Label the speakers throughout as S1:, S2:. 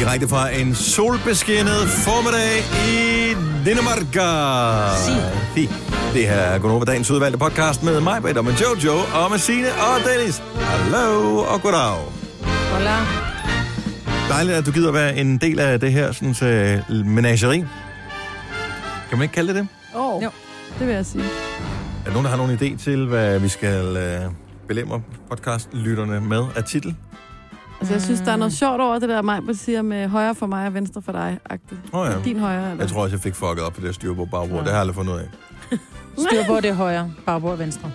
S1: direkte fra en solbeskinnet formiddag i Dinamarca.
S2: Si.
S1: Si. Det her er Gunova Dagens udvalgte podcast med mig, Britt, og med Jojo, og med Signe og Dennis. Hallo og goddag.
S2: Hola.
S1: Dejligt, at du gider være en del af det her sådan, uh, menageri. Kan man ikke kalde det det?
S3: Åh, oh,
S2: Jo.
S3: det vil jeg sige.
S1: Er der nogen, der har nogen idé til, hvad vi skal uh, belemre podcastlytterne med af titel?
S3: Altså, jeg synes, der er noget sjovt over det der, mig siger med højre for mig og venstre for dig. -agtigt.
S1: Åh, ja.
S3: Din højre, eller?
S1: Jeg tror også, jeg fik fucket op på det her styrbord bagbord. Det har jeg aldrig fundet ud af.
S2: Styrbord er højre, bagbord er venstre.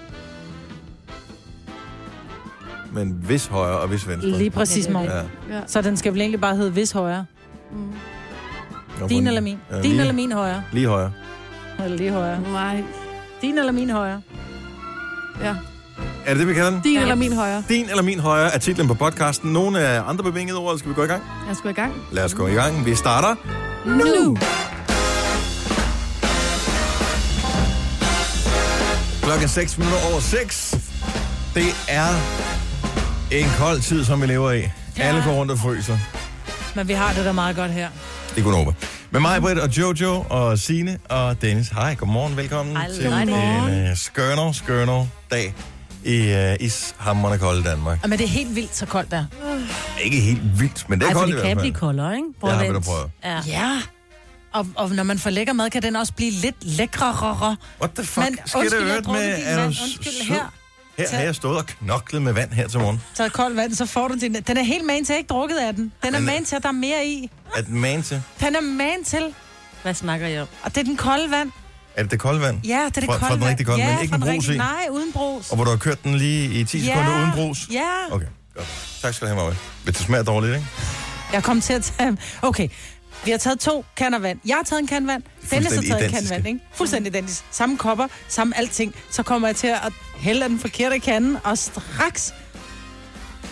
S1: Men hvis højre og hvis venstre.
S2: Lige præcis, Morgen.
S1: Ja.
S3: Ja.
S2: Så den skal vel egentlig bare hedde hvis højre.
S3: Mm.
S1: Nå,
S2: Din
S1: men-
S2: eller min.
S1: Ja,
S2: Din
S1: lige,
S2: eller min højre.
S1: Lige højre.
S2: Eller lige højre.
S3: Nej.
S2: Din eller min højre.
S3: Ja.
S1: Er det det, vi kalder den?
S3: Din
S2: Ja.
S3: eller min højre.
S1: Din eller min højre er titlen på podcasten. Nogle af andre bevingede ord, eller skal vi gå i gang?
S3: Jeg skulle i gang.
S1: Lad os gå i gang. Vi starter
S3: Nu!
S1: klokken 6 minutter over 6. Det er en kold tid, som vi lever i. Alle går rundt og fryser.
S2: Men vi har det da meget godt her.
S1: Det er kun over. Med mig, Britt og Jojo og Sine og Dennis. Hej, godmorgen. Velkommen
S2: Hej,
S1: til
S2: godmorgen.
S1: en uh, skønner, skønner dag i uh, ishammerende kolde Danmark.
S2: Men det er helt vildt så koldt der.
S1: Ikke helt vildt, men det er
S4: Ej, for
S2: Altså,
S1: koldt i
S4: det
S1: hvert
S4: kan
S1: fald.
S4: blive koldere, ikke?
S1: Det har vi da
S4: at vente.
S1: prøvet.
S4: Ja.
S2: Ja. Og, og når man får lækker mad, kan den også blive lidt lækrere.
S1: What the fuck?
S2: Men
S1: Skal
S2: undskyld,
S1: det
S2: jeg
S1: øvrigt med,
S2: drukker din
S1: er du
S2: vand.
S1: sød?
S2: Undskyld, her.
S1: Her har
S2: Tag-
S1: jeg stået og knoklet med vand her til morgen.
S2: Så koldt vand, så får du din... Den er helt man til, jeg har ikke drukket af den. Den er
S1: Den er-
S2: man til, at der er mere i.
S1: At man til.
S2: Den er man til,
S4: Hvad snakker jeg om?
S2: og det er den kolde vand.
S1: Er det det kolde vand?
S2: Ja, det er det
S1: Fra-
S2: kolde
S1: fra den
S2: vand.
S1: rigtig kolde,
S2: ja,
S1: men ikke
S2: fra
S1: en
S2: den
S1: brus
S2: rigtig-
S1: i?
S2: Nej, uden brus.
S1: Og hvor du har kørt den lige i 10 sekunder uden brus?
S2: Ja.
S1: Okay, godt. Tak skal du have, Maja. Hvis det smager dårligt, ikke?
S2: Jeg kom til at tage... Okay, vi har taget to kander vand. Jeg har taget en kan vand. Dennis har
S1: Fuldstændig
S2: taget en kan
S1: identiske.
S2: vand, ikke? Fuldstændig identisk. Samme kopper, samme alting. Så kommer jeg til at hælde af den forkerte kande, og straks...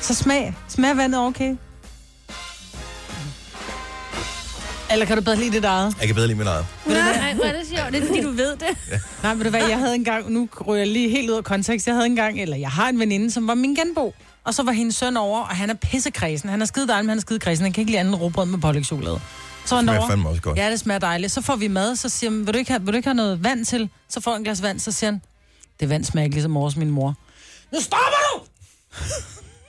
S2: Så smag. Smager vandet okay? Eller kan du bedre lide det der eget?
S1: Jeg kan bedre lide mit eget.
S4: Nej, hvor er det sjovt. Det er fordi, du ved det.
S2: Nej, ved du hvad, jeg havde engang, nu ryger jeg lige helt ud af kontekst, jeg havde engang, eller jeg har en veninde, som var min genbo. Og så var hendes søn over, og han er pissekredsen. Han er skide dejlig, men han er skide kredsen. Han kan ikke lide andet råbrød med pålægtschokolade. Så var han
S1: Det smager
S2: over,
S1: fandme også godt.
S2: Ja, det smager dejligt. Så får vi mad, så siger han, vil du ikke have, vil du ikke have noget vand til? Så får jeg en glas vand, så siger han, det vand smager ikke ligesom vores min mor. Nu stopper du!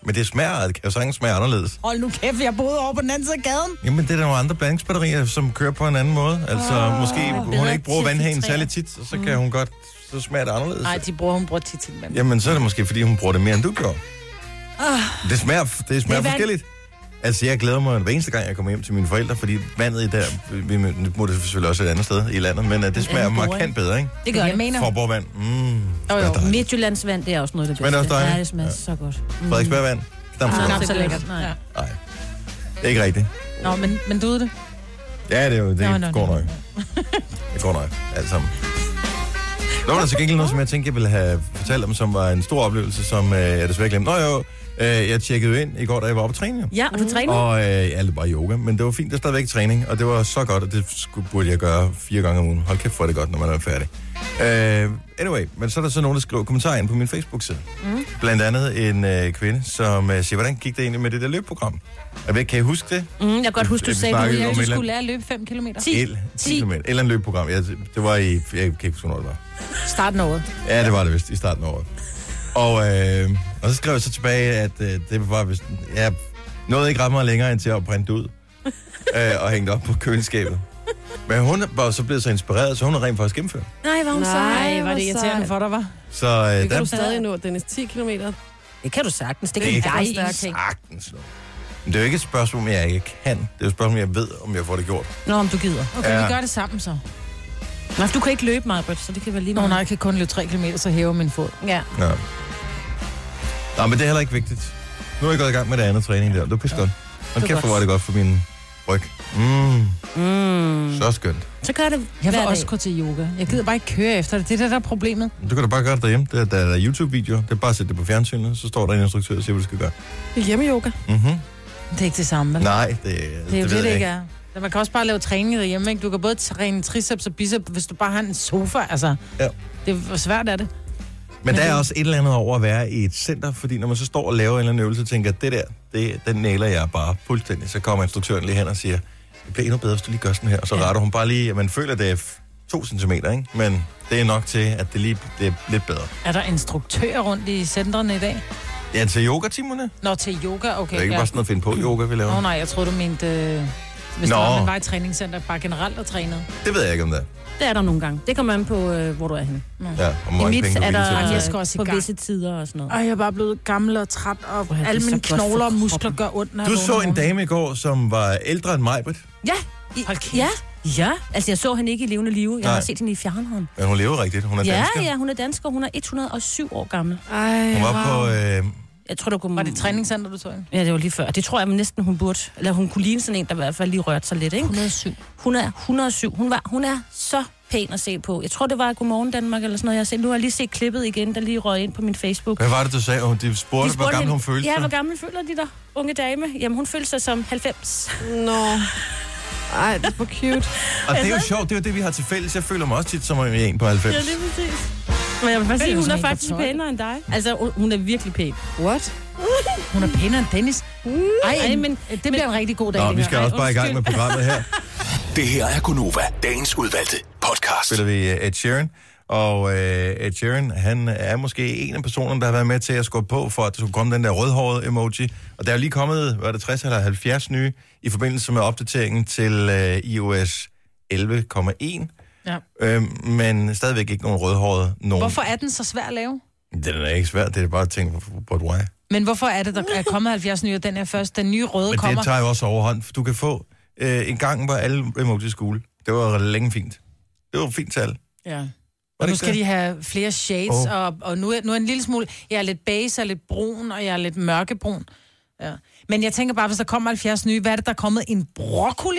S1: Men det smager, det kan jo sagtens smage anderledes.
S2: Hold nu kæft, jeg boede over på den anden side af gaden.
S1: Jamen, det er der nogle andre blandingsbatterier, som kører på en anden måde. Altså, oh, måske hun
S4: bedre
S1: ikke bruger vandhanen
S4: tilfiltrerer.
S1: særlig tit, og så kan hun godt, så smager det anderledes.
S2: Nej, de bruger, hun bruger tit til vand.
S1: Jamen, så er det måske, fordi hun bruger det mere, end du gjorde. Det smager, det smager
S2: vand.
S1: det forskelligt. Altså, jeg glæder mig hver eneste gang, jeg kommer hjem til mine forældre, fordi vandet i der, vi nu må det selvfølgelig også et andet sted i landet, men uh, det smager
S4: boring.
S1: markant bedre, ikke?
S4: Det gør
S2: jeg
S4: det.
S2: mener.
S1: Forborg vand, mm,
S2: Jo, jo.
S1: dejligt.
S4: Midtjyllands vand, det er også noget af det
S1: Smager det
S4: bedste.
S1: også dejligt?
S4: Ja, det smager så godt.
S1: Frederiksberg vand, Damfjord.
S4: Knap
S2: det
S4: så
S2: Mm, er
S4: lækkert.
S2: godt.
S4: Nej.
S2: Ja.
S1: Nej, det er ikke rigtigt.
S2: Nå, men, men du ved det.
S1: Ja, det er jo, det
S2: Nå,
S1: er
S2: nå,
S1: går
S2: nå.
S1: nok. Det går nok, alt sammen. Der var der til gengæld noget, som jeg tænkte, jeg ville have fortalt om, som var en stor oplevelse, som øh, jeg desværre glemte. Nå jo, øh, jeg tjekkede ind i går, da jeg var oppe at træne. jo.
S4: Ja, og du træner?
S1: Og øh, ja, det var yoga, men det var fint, der er stadigvæk træning, og det var så godt, og det skulle, burde jeg gøre fire gange om ugen. Hold kæft, for det godt, når man er færdig. Øh, anyway, men så er der så nogen, der skriver kommentarer ind på min Facebook-side. Mm. Blandt andet en øh, kvinde, som øh, siger, hvordan gik det egentlig med det der løbeprogram? Jeg ved, ikke, kan I huske det?
S4: Mm, jeg kan godt huske, du
S1: Vi
S4: sagde, du
S1: snakkede
S4: ville
S1: om
S4: ikke
S1: et eller
S2: Skulle lære at løbe 5 km.
S4: Ti.
S1: El, 10
S4: Ti.
S1: km. Et eller andet løbeprogram. Jeg, det var i... Jeg kan ikke huske, hvornår det var.
S2: Start noget.
S1: Ja, det var det vist i starten af året. Og, øh, og så skrev jeg så tilbage, at øh, det var vist... Jeg nåede ikke ret meget længere end til at printe ud øh, og hænge det op på køleskabet. Men hun var så blevet så inspireret, så hun har rent faktisk gennemført.
S4: Nej, var hun sej.
S2: Ej, var det irriterende for dig, var?
S1: Så øh,
S3: Det kan du
S1: der,
S3: stadig nå, Dennis. 10 km.
S4: Det kan du sagtens. Det
S1: Det
S4: kan
S1: er
S4: jeg
S3: ikke
S4: ingenting.
S1: sagtens nå. Men det er jo ikke et spørgsmål, om jeg ikke kan. Det er jo et spørgsmål, om jeg ved, om jeg får det gjort.
S4: Nå, om du gider.
S2: Okay,
S1: Ja.
S2: vi gør det sammen så.
S4: Nej, for du kan ikke løbe mig, Britt, så det kan være lige
S2: Nå,
S4: meget.
S2: nej, jeg kan kun løbe 3 km, så hæver min fod.
S4: Ja.
S1: Ja. Nå, men det er heller ikke vigtigt. Nu er jeg gået i gang med det andet træning der. Det var pisse godt. Og
S4: Det er
S1: kæft, hvor
S4: godt.
S1: var det godt for min ryg. Mm,
S4: Mm.
S1: så skønt.
S4: Så gør det
S2: Jeg
S4: hver
S2: vil
S4: dag.
S2: også gå til yoga. Jeg gider bare ikke køre efter det. Det er det, der er problemet.
S1: Du kan da bare gøre det derhjemme. Der, der er YouTube-videoer. Det er bare at sætte det på fjernsynet. Så står der en instruktør og siger, hvad du skal gøre.
S3: Det er hjemmeyoga.
S1: Mm-hmm.
S2: Det er ikke det samme, vel?
S1: Nej, det,
S2: Det er jo det,
S1: ved
S2: det,
S1: jeg
S2: ikke er. Men Man kan også bare lave træning derhjemme, ikke? Du kan både træne triceps og biceps, hvis du bare har en sofa, altså.
S1: Ja.
S2: Det er hvor svært er det.
S1: Men der er også et eller andet over at være i et center, fordi når man så står og laver en eller anden øvelse, og tænker, det der, det, den næler jeg bare fuldstændig. Så kommer instruktøren lige hen og siger, det bliver endnu bedre, hvis du lige gør sådan her. Og så retter hun bare lige, at man føler, det er f- to centimeter, ikke? Men det er nok til, at det lige det er lidt bedre.
S2: Er der instruktører rundt i centrene i dag?
S1: Ja, til altså yogatimerne. Det
S2: Nå, til yoga, okay.
S1: er ikke
S2: ja.
S1: bare sådan noget at finde på yoga, vi laver.
S2: Nå nej, jeg troede, du mente, øh, hvis
S1: Nå.
S2: Nå. man var i et træningscenter, bare generelt og trænede.
S1: Det ved jeg ikke, om det er.
S4: Det er der nogle gange. Det kommer an på, øh, hvor du er henne.
S1: Ja, og hvor
S4: I
S1: mange
S4: mit
S1: penge du
S4: er der
S2: Ej,
S1: er
S2: jeg
S1: der...
S2: skal også i
S4: på
S2: gang.
S4: visse tider og sådan noget.
S2: Og jeg er bare blevet gammel og træt, og
S4: Hvor er det
S2: alle
S4: så
S2: mine
S4: godt for
S2: knogler og
S4: kroppen.
S2: muskler gør ondt, når jeg
S1: Du
S2: vågner
S1: så
S2: om
S1: en
S2: morgenen.
S1: dame i går, som var ældre end mig, men
S4: Ja. I,
S2: Hold kæft.
S4: Ja, ja. Altså, jeg så hende ikke i levende live. Jeg
S1: Nej.
S4: har set hende i fjernhånd.
S1: hun lever rigtigt. Hun er
S4: Ja,
S1: dansker.
S4: ja, hun er dansker. Hun er 107 år gammel.
S3: Ej,
S1: Hun var på... Øh,
S4: Jeg tror, der kunne...
S2: Var det et træningscenter, du så en?
S4: Ja, det var lige før. Det tror jeg næsten, hun burde. Eller hun kunne ligne sådan en, der i hvert fald lige rørte sig lidt, ikke?
S2: 107.
S4: Hun er 107. Hun, var, hun er så pæn at se på. Jeg tror, det var Godmorgen Danmark eller sådan noget. Jeg har set. Nu har jeg lige set klippet igen, der lige røg ind på min Facebook.
S1: hvad var det, du sagde? Hun- De spurgte,
S4: De
S1: hvor gammel
S4: hende-
S1: hun følte
S4: Ja,
S1: sig.
S4: hvor gammel føler de der unge dame? Jamen, hun følte sig som 90.
S3: Nå. Ej, det er for cute.
S1: Og det er jo sjovt, det er jo det, vi har til fælles. Jeg føler mig også tit som en på 90.
S4: Ja, lige præcis. Men jeg vil faktisk
S2: Fordi
S4: sige, hun
S2: hun
S4: er
S2: er
S4: faktisk
S2: på tolv.
S4: pænere end dig. Altså, hun- hun er virkelig pæn.
S3: What?
S2: Hun er pænere end Dennis. Ej,
S4: Ej, men-
S2: men det bliver en rigtig god dag.
S1: Nå,
S2: det
S1: vi
S2: her.
S1: skal
S2: Ej,
S1: også bare i gang
S2: undskyld.
S1: med programmet her.
S5: Det her er Gunova, dagens udvalgte podcast.
S1: Spiller vi øh, Ed Sheeran. Og øh, Ed Sheeran, han er måske en af personerne, der har været med til at skubbe på, for at der skulle komme den der rødhårede emoji. Og der er jo lige kommet, hvad er det, 60 eller 70 nye, i forbindelse med opdateringen til øh, iOS 11,1.
S2: Ja.
S1: Øh, men stadigvæk ikke nogen rødhårede nogen.
S2: Hvorfor er den så svær at lave?
S1: Det er da ikke svært, det er bare at tænke, but why?
S2: Men hvorfor er det, der er kommet 70 nye, og den er først, den nye røde
S1: Men
S2: kommer?
S1: det tager jo også overhånd, for du kan få øh, en gang, hvor alle emojis skole. Det var længe fint. Det var fint til alle.
S2: Ja.
S1: Var
S2: Og nu
S1: det ikke
S2: skal
S1: det?
S2: de have flere shades,
S1: Åh.
S2: oh. og, og nu, er, nu er en lille smule... Jeg er lidt beige og lidt brun, og jeg er lidt mørkebrun. Ja. Men jeg tænker bare, hvis der kommer 70 nye, hvad er det, der er kommet? En broccoli?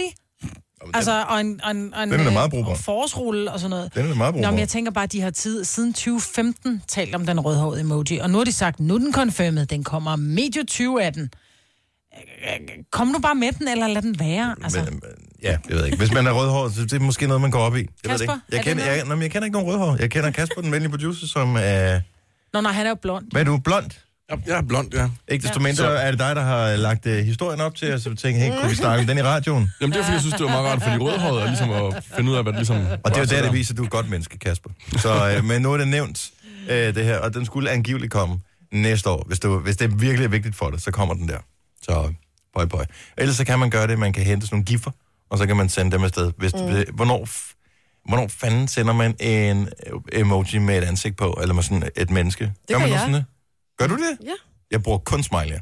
S2: Altså, og en, og en, og en,
S1: Den er da
S2: øh,
S1: meget brugbar.
S2: og forårsrulle og sådan noget.
S1: Den er da meget brugbar.
S2: Nå, men jeg tænker bare, at de har tid siden 2015 talt om den rødhårede emoji, og nu har de sagt, nu er den confirmed, den kommer medio 2018. øh, Kom nu bare med den, eller lad den være. Altså,
S1: Men, øh, ja, jeg ved ikke. Hvis man er rødhåret, så det er måske noget, man går op i. Jeg ved det
S2: Kasper,
S1: ikke.
S2: er
S1: Jeg
S2: det
S1: kender,
S2: noget?
S1: jeg, nå, men jeg kender ikke nogen rødhår. Jeg kender Kasper, den venlige producer, som er...
S2: Nå, nej, han er jo blond.
S1: Hvad er du? Blond?
S6: Jeg er blond, ja.
S1: Ikke desto mindre er det dig, der har lagt øh, historien op til, og så tænker hey, kunne vi snakke om den i radioen?
S6: Jamen, det er fordi, jeg synes, det var meget rart for de rødhårede, at, ligesom at finde ud af, hvad det ligesom...
S1: Og det er jo der, det viser, at du er et godt menneske, Kasper. Så, øh, men nu er det nævnt, øh, det her, og den skulle angiveligt komme næste år. Hvis, du, hvis det er virkelig er vigtigt for dig, så kommer den der. Så bøj, bøj. Ellers så kan man gøre det, man kan hente sådan nogle giffer, og så kan man sende dem afsted. Hvis, mm. hvornår, f- hvornår fanden sender man en emoji med et ansigt på, eller med sådan et menneske? Det gør
S3: gør
S1: man nu
S3: jeg.
S1: sådan det? Gør du det?
S3: Ja.
S1: Jeg bruger kun smiley.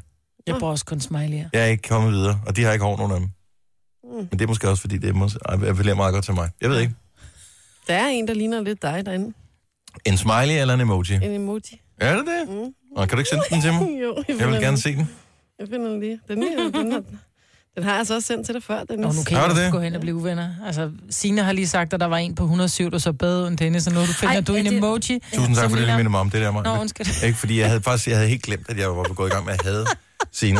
S2: Jeg bruger også kun smiley'er.
S1: Jeg er ikke kommet videre, og de har ikke over nogen af dem. Men det er måske også, fordi det mås- appellerer meget godt til mig. Jeg ved ikke.
S3: Der er en, der ligner lidt dig derinde.
S1: En smiley eller en emoji?
S3: En emoji.
S1: Er det det? Mm. Og kan du ikke sende den til mig?
S3: Jo, jeg,
S1: Jeg vil
S3: finder
S1: gerne
S3: den.
S1: se den.
S3: Jeg finder den lige. Den, er, den, er, den har jeg altså også sendt til dig før,
S2: Nå,
S3: Dennis.
S2: nu kan
S1: Har
S2: jeg
S1: du
S2: også
S1: det?
S2: gå hen og blive uvenner. Altså, Signe har lige sagt, at der var en på 107, der så bedre end Dennis, og nu finder
S4: Ej,
S2: Ej, du
S4: er
S2: en
S4: det-
S2: det... emoji.
S1: Tusind tak
S2: som
S1: for det, du
S2: ligner-
S1: minder mig om. Det der, mig.
S2: Nå, undskyld.
S1: Ikke, fordi jeg havde faktisk jeg havde helt glemt, at jeg var gået i gang med at hade Signe.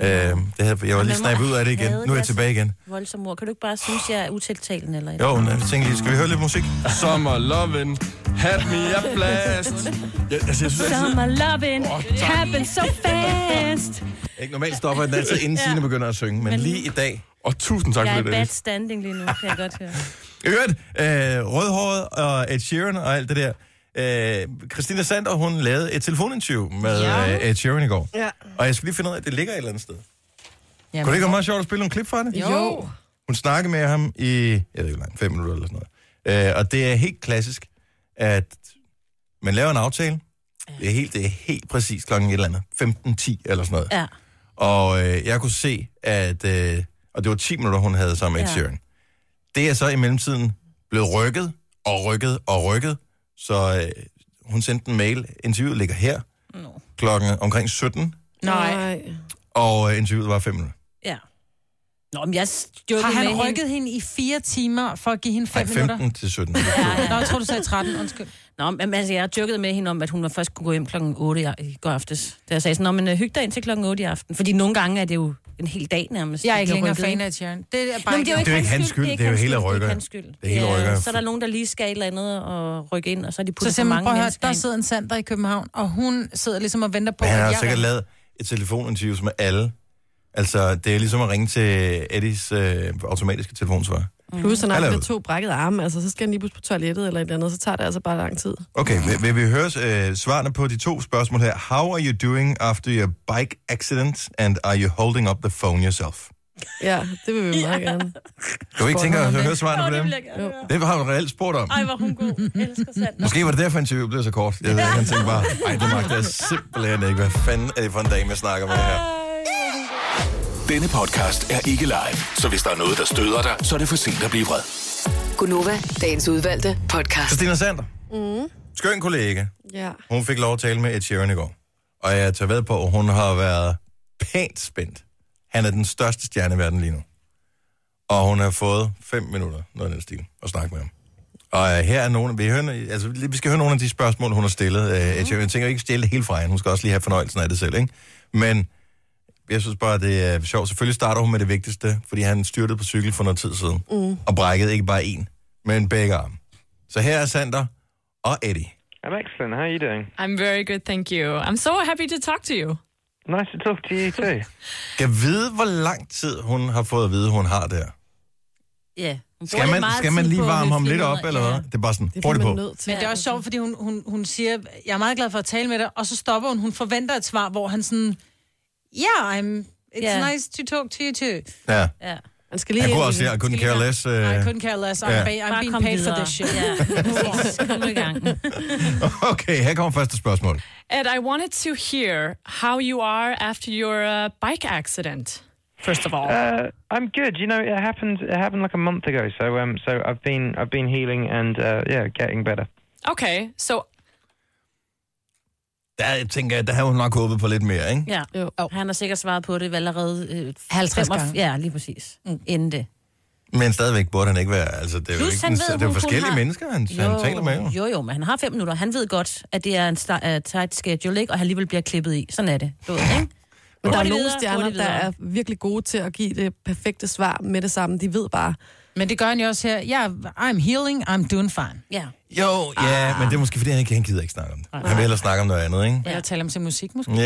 S1: Øhm, det havde, jeg var lige
S4: man må
S1: snappet ud af det igen.
S4: hade
S1: Nu er jeg
S4: deres-
S1: tilbage igen.
S4: Voldsom mor. Kan du ikke bare synes, jeg er utiltalende eller et
S1: Jo, men jeg tænkte lige, skal vi høre lidt musik?
S6: Summer lovin', have me a blast. Jeg, altså, jeg synes altid...
S4: Summer loving happens so fast.
S1: Ikke, normalt stopper jeg den altid, inden Signe begynder at synge, men lige i dag.
S6: Og tusind tak
S4: Jeg er
S6: for
S4: i
S6: det,
S4: bad
S6: Dennis.
S4: standing lige nu, kan jeg godt høre.
S1: I Øvrigt, øh, rødhåret og Ed Sheeran og alt det der. Øh, Christina Sander, hun lavede et telefoninterview med
S2: Ja.
S1: øh, Ed Sheeran i går.
S3: Ja.
S1: Og jeg skal lige finde ud af, at det ligger et eller andet sted.
S2: Jamen,
S1: Kunne det ikke være meget sjovt at spille nogle klip fra det?
S2: Jo.
S1: Hun snakkede med ham i, jeg ved ikke hvor langt, fem minutter eller sådan noget. Øh, og det er helt klassisk, at man laver en aftale. Det er helt, det er helt præcis klokken et eller andet. 15.10 eller sådan noget.
S4: Ja.
S1: Og øh, jeg kunne se, at... Øh, og det var 10 minutter, hun havde sammen med
S4: Ja.
S1: ja. Sheeran. Det er så i mellemtiden blevet rykket og rykket og rykket. Så øh, hun sendte en mail. Interviewet ligger her
S4: No.
S1: klokken omkring 17.
S2: Nej.
S3: Nej.
S1: Og øh, interviewet var 5 minutter.
S4: Ja. Nå, men jeg stjålede
S2: Har
S4: med
S2: han
S4: hende.
S2: rykket hende i fire timer for at give hende
S1: Nej,
S2: fem minutter?
S1: 15 til 17.
S2: Nå, jeg tror, du sagde 13. Undskyld.
S4: Nå, men altså, jeg jokede med hende om, at hun var først kunne gå hjem klokken 8 i i går aftes. Da jeg sagde sådan, "Nå, men øh, hyg dig ind til klokken 8 i aften. Fordi nogle gange er det jo en hel dag nærmest.
S2: Jeg er
S4: de
S2: ikke
S4: bliver
S2: længere
S4: rykket,
S2: fan
S4: ikke?
S2: af Sharon. Det er bare
S4: Nå, men det
S2: ikke
S4: er jo ikke,
S1: Det er ikke hans skyld, det er jo hele
S4: hans skyld,
S1: rykker.
S4: Det er hans skyld.
S1: Det er hele rykker.
S4: så er der nogen, der lige skal et eller andet og rykke ind, og så er de
S2: Så
S4: puttet for
S2: simpelthen,
S4: mange
S2: prøv at høre,
S4: mennesker
S2: der
S4: ind.
S2: sidder en Sander i København, og hun sidder ligesom og venter på,
S1: Men han
S2: at
S1: har
S2: jeg
S1: sikkert
S2: ringer.
S1: lavet et telefoninterview med alle. Altså, det er ligesom at ringe til Eddies øh, automatiske telefonsvar.
S3: Plus, han har
S1: Hallo.
S3: med to brækkede arme, altså så skal han lige pludselig på toilettet eller et eller andet, så tager det altså bare lang tid.
S1: Okay, vil, vil vi høre øh, svarene på de to spørgsmål her? How are you doing after your bike accident, and are you holding up the phone yourself?
S3: Ja, det vil vi meget gerne.
S1: Kan du ikke tænke
S3: Spørger
S1: at
S3: han om
S1: høre
S3: det?
S1: svarene
S4: Åh,
S1: på
S4: det
S1: dem?
S4: vil jeg gerne
S3: Jo.
S4: høre.
S1: Det har du reelt spurgt om.
S4: Ej, hvor hun god. Elsker Sander.
S1: Måske var det derfor, interviewet blev så kort. Jeg ved ikke, han tænkte bare, ej, det magter jeg simpelthen ikke. Hvad fanden er det for en dag, jeg snakker med her?
S5: Denne podcast er ikke live, så hvis der er noget, der støder dig, så er det for sent at blive vred.
S7: Gunova, dagens udvalgte podcast.
S1: Christina Sander. Mm. Skøn kollega.
S3: Ja.
S1: Hun fik lov at tale med Ed Sheeran i går. Og jeg tager ved på, at hun har været pænt spændt. Han er den største stjerne i verden lige nu. Og hun har fået fem minutter, noget af den stil, at snakke med ham. Og øh, her er nogle, vi, hører, altså, vi skal høre nogle af de spørgsmål, hun har stillet. Øh, Ed Sheeran. Jeg tænker ikke stille det helt fra hende. Hun skal også lige have fornøjelsen af det selv, ikke? Men jeg synes bare, det er sjovt. Selvfølgelig starter hun med det vigtigste, fordi han styrtede på cykel for noget tid siden. Mm. Og brækkede ikke bare en, men begge arme. Så her er Sander og Eddie.
S8: I'm excellent. How are you doing?
S9: I'm very good, thank you. I'm so happy to talk to you.
S8: Nice to talk to you too.
S1: Kan vide, hvor lang tid hun har fået at vide, hun har der.
S4: Ja. Hun bruger
S1: Skal
S4: lidt
S1: man,
S4: meget
S1: skal
S4: tid
S1: man lige
S4: på at
S1: varme ham
S4: finde
S1: lidt
S4: ud
S1: op,
S4: af-
S1: eller
S4: Ja.
S1: hvad? Det er bare sådan,
S3: Det
S1: prøv det
S3: bliver
S1: på.
S3: man nødt til.
S2: Men det er også sjovt, fordi hun, hun, hun siger, jeg er meget glad for at tale med dig, og så stopper hun. Hun forventer et svar, hvor han sådan, yeah, I'm, it's
S4: Ja.
S2: nice to talk to you too.
S1: Ja.
S4: Ja.
S3: Han skal lige
S1: Han kunne
S3: ind
S1: også
S3: i
S1: sige, I couldn't
S2: Skal lige
S1: care
S2: være-
S1: less.
S2: I
S1: øh.
S2: couldn't care less. altså, I'm,
S1: Ja.
S2: yeah. I'm
S4: Bare
S2: being
S4: kom
S2: paid
S4: videre.
S2: for this shit.
S4: Ja, præcis. Kom nu i gang.
S1: Okay, her kommer første spørgsmål.
S9: Ed, I wanted to hear how you are after your uh, bike accident, first of all.
S8: Uh, I'm good. You know, it happened. It happened like a month ago. So um, so I've been I've been healing and uh, yeah, getting better.
S9: okay, so
S1: Der tænker jeg, der havde hun nok håbet på lidt mere, ikke?
S4: Ja.
S3: Jo.
S4: Han har sikkert svaret på det allerede... Øh,
S2: 50
S4: femogf-
S2: gange.
S4: Ja, lige præcis. Mm. Inden det.
S1: Men stadigvæk burde han ikke være... Altså, det er jo,
S4: Plus,
S1: ikke,
S4: han
S1: en-
S4: ved,
S1: det er jo
S4: hun
S1: forskellige
S4: kun har-
S1: mennesker, han, han taler med. Jo.
S4: Jo, jo, men han har fem minutter. Han ved godt, at det er en sta- uh, tight schedule, ikke? Og han alligevel bliver klippet i. Sådan er det. Du ved, ikke?
S3: Men der er
S4: Hurtigt
S3: nogle
S4: videre,
S3: stjerner,
S4: hurtigt
S3: der
S4: videre.
S3: er virkelig gode til at give det perfekte svar med det samme. De ved bare,
S2: Men det gør han jo også her. Yeah, I'm healing, I'm doing fine.
S4: Ja.
S1: Jo, ja,
S4: Ah.
S1: men det er måske, fordi han ikke han gider ikke snakke om det. Han vil hellere snakke om noget andet, ikke?
S2: Ja. Eller taler om sin musik, måske.
S1: Ja, men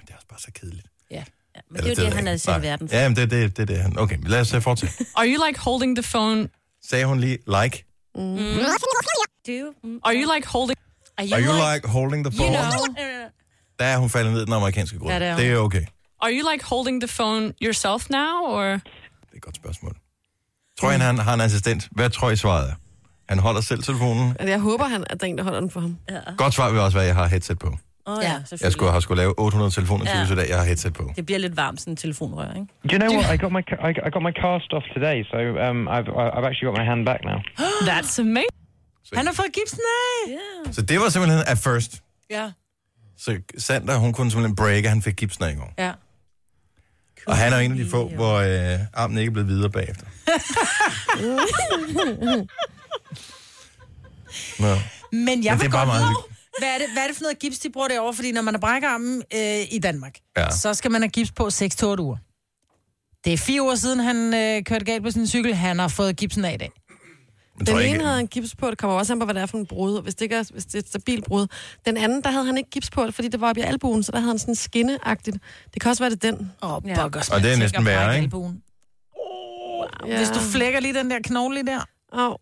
S1: det er også bare så kedeligt.
S4: ja. ja. Men
S1: Eller
S4: det er jo det,
S1: ved
S4: han
S1: jeg
S4: er
S1: ikke.
S4: sat i
S1: Nej.
S4: verden for.
S1: Ja, men det er det, det, er det, han... Okay, men lad os øh, fortsætte.
S9: are you like holding the phone?
S1: Sagde hun lige, like?
S2: Mm.
S4: Det er jo... Mm.
S9: Are you like holding?
S1: Are you like holding the phone?
S4: Øh,
S1: Der er hun faldet ned i den amerikanske grund.
S4: Ja, det er hun.
S1: det er okay. Det
S9: Are you like holding the phone yourself now, or
S1: er et godt spørgsmål. Tror I, han, han har en assistent? Hvad tror I svaret er? Han holder selv telefonen.
S3: at jeg håber, han, at der er en, der holder den for ham.
S1: Godt svar vil også være, at jeg har headset på.
S4: Åh,
S2: Ja.
S4: ja,
S1: Jeg
S4: selvfølgelig.
S1: skulle, har skulle lave 800 telefoner til
S4: Ja.
S1: ja. i dag, jeg har headset på.
S4: Det bliver lidt varmt, sådan en telefonrør, ikke?
S8: Do you know what? I got my ca- I got- I got my cast off today, so um, I've I- I've actually got my hand back now.
S9: that's amazing?
S2: Han har fået gipsen af. Ja.
S1: Så det var simpelthen at first.
S2: ja.
S1: Så Sander, hun kunne simpelthen breake, han fik gipsen af i går.
S2: Ja.
S1: Og han er en af de få, hvor øh, armen ikke er blevet videre bagefter. Nå.
S2: Men jeg
S1: Men
S2: vil
S1: det er bare
S2: godt
S1: meget
S2: vide,
S1: hyggeligt.
S2: hvad er, det, hvad er det for noget gips, de bruger derovre? Fordi når man har brækket armen øh, i Danmark,
S1: Ja.
S2: ja. så skal man have gips på 6-8 uger. Det er fire uger siden, han øh, kørte galt på sin cykel. Han har fået gipsen af i dag.
S1: Men tror
S3: Den
S1: jeg
S3: ene
S1: ikke,
S3: havde en gips på, det kommer også an på, hvad det er for en brud, hvis det, ikke er, hvis det er et stabilt brud. Den anden, der havde han ikke gips på, fordi det var oppe i albuen, så der havde han sådan skinneagtigt. Det kan også være, det er den.
S2: Åh, oh, bukkers.
S1: Og det er næsten værre, ikke?
S3: Ja.
S2: Hvis du flækker lige den der knogle lige der.
S3: Au.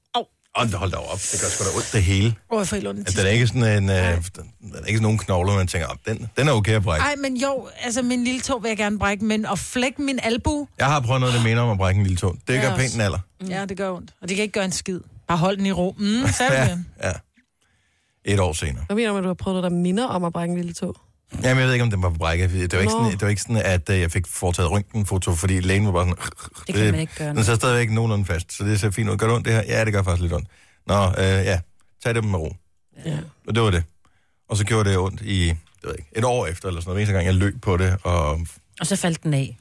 S1: Åh, hold da op, det gør sgu da ondt det hele.
S2: Åh, oh, jeg får helt ondt i
S1: At den er ikke sådan en, øh, den, den er ikke sådan nogen knogler, man tænker, "Ah, den, den er okay at brække.
S2: Ej, men jo, altså min lille tog vil jeg gerne brække, men at flække min albu,
S1: Jeg har prøvet noget, der minder om at brække en lille tog. Det gør
S2: også.
S1: pænt en alder.
S2: mm. ja, det gør ondt. Og det kan ikke gøre en skid. Bare hold den i ro. Mm, sagde ja.
S1: Ja, ja. Et år senere.
S3: Hvad mener du, med, at du har prøvet noget, der minder om at brække en lille tog?
S1: Jamen, jeg ved ikke, om den var på brække. Det var ikke,
S3: Nå.
S1: sådan, det var ikke sådan, at øh, jeg fik foretaget røntgenfoto, fordi lægen var bare sådan... Det
S4: kan man ikke gøre
S1: Den
S4: noget.
S1: sad stadigvæk nogenlunde fast, så det ser fint ud. Gør det ondt, det her? Ja, det gør faktisk lidt ondt. Nå, øh, ja. Tag det med ro.
S3: Ja.
S1: Og det var det. Og så gjorde det ondt i, det ved jeg ikke, et år efter, eller sådan noget. Hver eneste gang, jeg løb på det, og
S4: Og så faldt den af.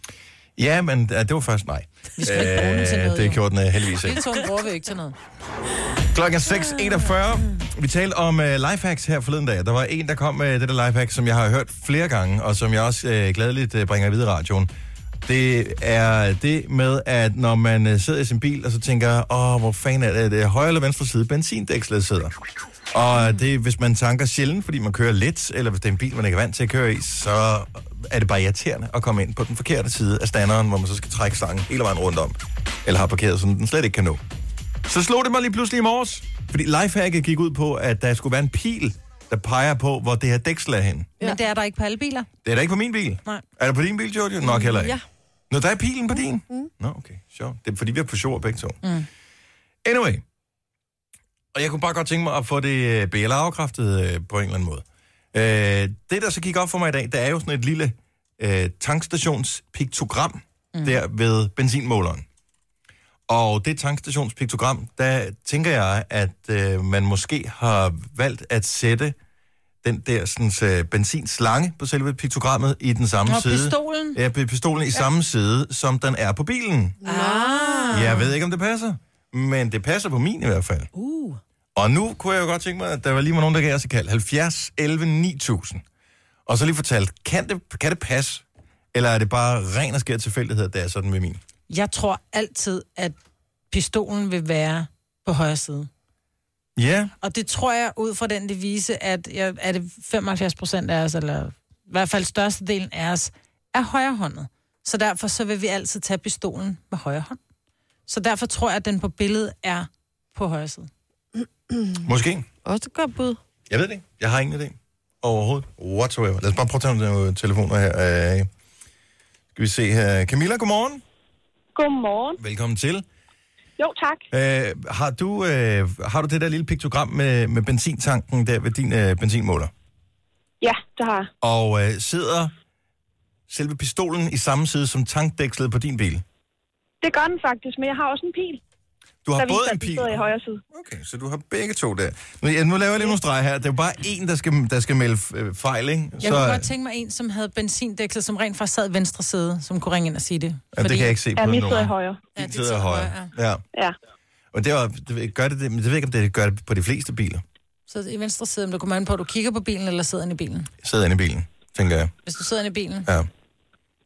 S1: Ja, men øh, det var først nej. Vi
S2: skal ikke bruge den til noget,
S1: Det
S2: jo.
S1: gjorde den øh, heldigvis ikke.
S2: Lille tog bruger vi ikke til noget.
S1: Klokken er 6.41. Vi talte om uh, lifehacks her forleden dag. Der var en, øh, der kom med det der lifehack, som jeg har hørt flere gange, og som jeg også uh, gladeligt uh, bringer videre i radioen. Det er det med, at når man øh, sidder i sin bil, og så tænker, åh, hvor fanden er det, er det højre eller venstre side, benzindækslet sidder. Og det, er, hvis man tanker sjældent, fordi man kører lidt, eller hvis det er en bil, man ikke er vant til at køre i, så er det bare irriterende at komme ind på den forkerte side af standeren, hvor man så skal trække slangen hele vejen rundt om, eller har parkeret, sådan den slet ikke kan nå. Så slog det mig lige pludselig i morges, fordi lifehacket gik ud på, at der skulle være en pil, der peger på, hvor det her dæksel er henne.
S2: Men det er der ikke på alle biler.
S1: Det er da ikke på min bil.
S2: Nej.
S1: Er det på din bil, Jojo? Nok heller ikke.
S3: ja.
S1: Nå, der er pilen på din? Mm. Nå, okay. Sjovt. Det er fordi, vi er på sjov begge to. Mm. Anyway. Og jeg kunne bare godt tænke mig at få det øh, BL afkræftet øh, på en eller anden måde. Øh, det, der så gik op for mig i dag, der er jo sådan et lille øh, tankstationspiktogram mm. der ved benzinmåleren. Og det tankstationspiktogram, der tænker jeg, at øh, man måske har valgt at sætte den der sådan, så, benzinslange på selve piktogrammet i den samme
S2: Og
S1: side.
S2: pistolen.
S1: Ja, p- pistolen i ja. samme side, som den er på bilen. Ah. Jeg ved ikke, om det passer, men det passer på min i hvert fald. Uh. Og nu kunne jeg jo godt tænke mig, at der var lige var nogen, der gav os et kald. 70, 11, 9000. Og så lige fortalt, kan det, kan det passe? Eller er det bare ren og skær tilfældighed, at det er sådan med min?
S2: Jeg tror altid, at pistolen vil være på højre side.
S1: Ja,
S2: Og det tror jeg ud fra den devise, at jeg, er det 75 procent af os, eller i hvert fald størstedelen af os, er højrehåndet. Så derfor så vil vi altid tage pistolen med højre hånd. Så derfor tror jeg, at den på billedet er på højre side.
S1: måske.
S3: Også et godt bud.
S1: Jeg ved det ikke. Jeg har ingen idé. Overhovedet. Whatsoever. Lad os bare prøve at tage nogle telefoner her. Øh, skal vi se her. Camilla, godmorgen.
S10: Godmorgen.
S1: Velkommen til.
S10: Jo, tak.
S1: Øh, har, du, øh, har du det der lille piktogram med, med benzintanken der ved din øh, benzinmåler?
S10: Ja, det har jeg.
S1: Og øh, sidder selve pistolen i samme side som tankdækslet på din bil?
S10: Det gør den faktisk, men jeg har også en pil,
S1: Du har
S10: der
S1: både
S10: viser,
S1: en
S10: at den
S1: pil...
S10: sidder i højre side.
S1: Okay, så du har begge to der. Nu, ja, nu laver jeg lige nogle streger her. Det er jo bare en, der skal, der skal melde øh, fejl, ikke?
S2: Jeg kunne godt tænke mig en, som havde benzindæksel, som rent faktisk sad i venstre side, som kunne ringe ind og sige det.
S1: ja, det kan jeg ikke se
S10: Ja,
S1: på
S10: mit sidder i
S1: nummer.
S10: højre.
S2: Ja,
S1: Din
S2: dit
S1: sidder højre. Ja.
S10: Ja.
S1: Og det, var, det ved- gør det, det, men det ved jeg ikke, om det gør det på de fleste biler.
S2: Så i venstre side, om du kommer an på, at du kigger på bilen eller sidder inde i bilen.
S1: Jeg sidder inde i bilen, tænker jeg.
S2: Hvis du sidder inde i bilen.
S1: Ja.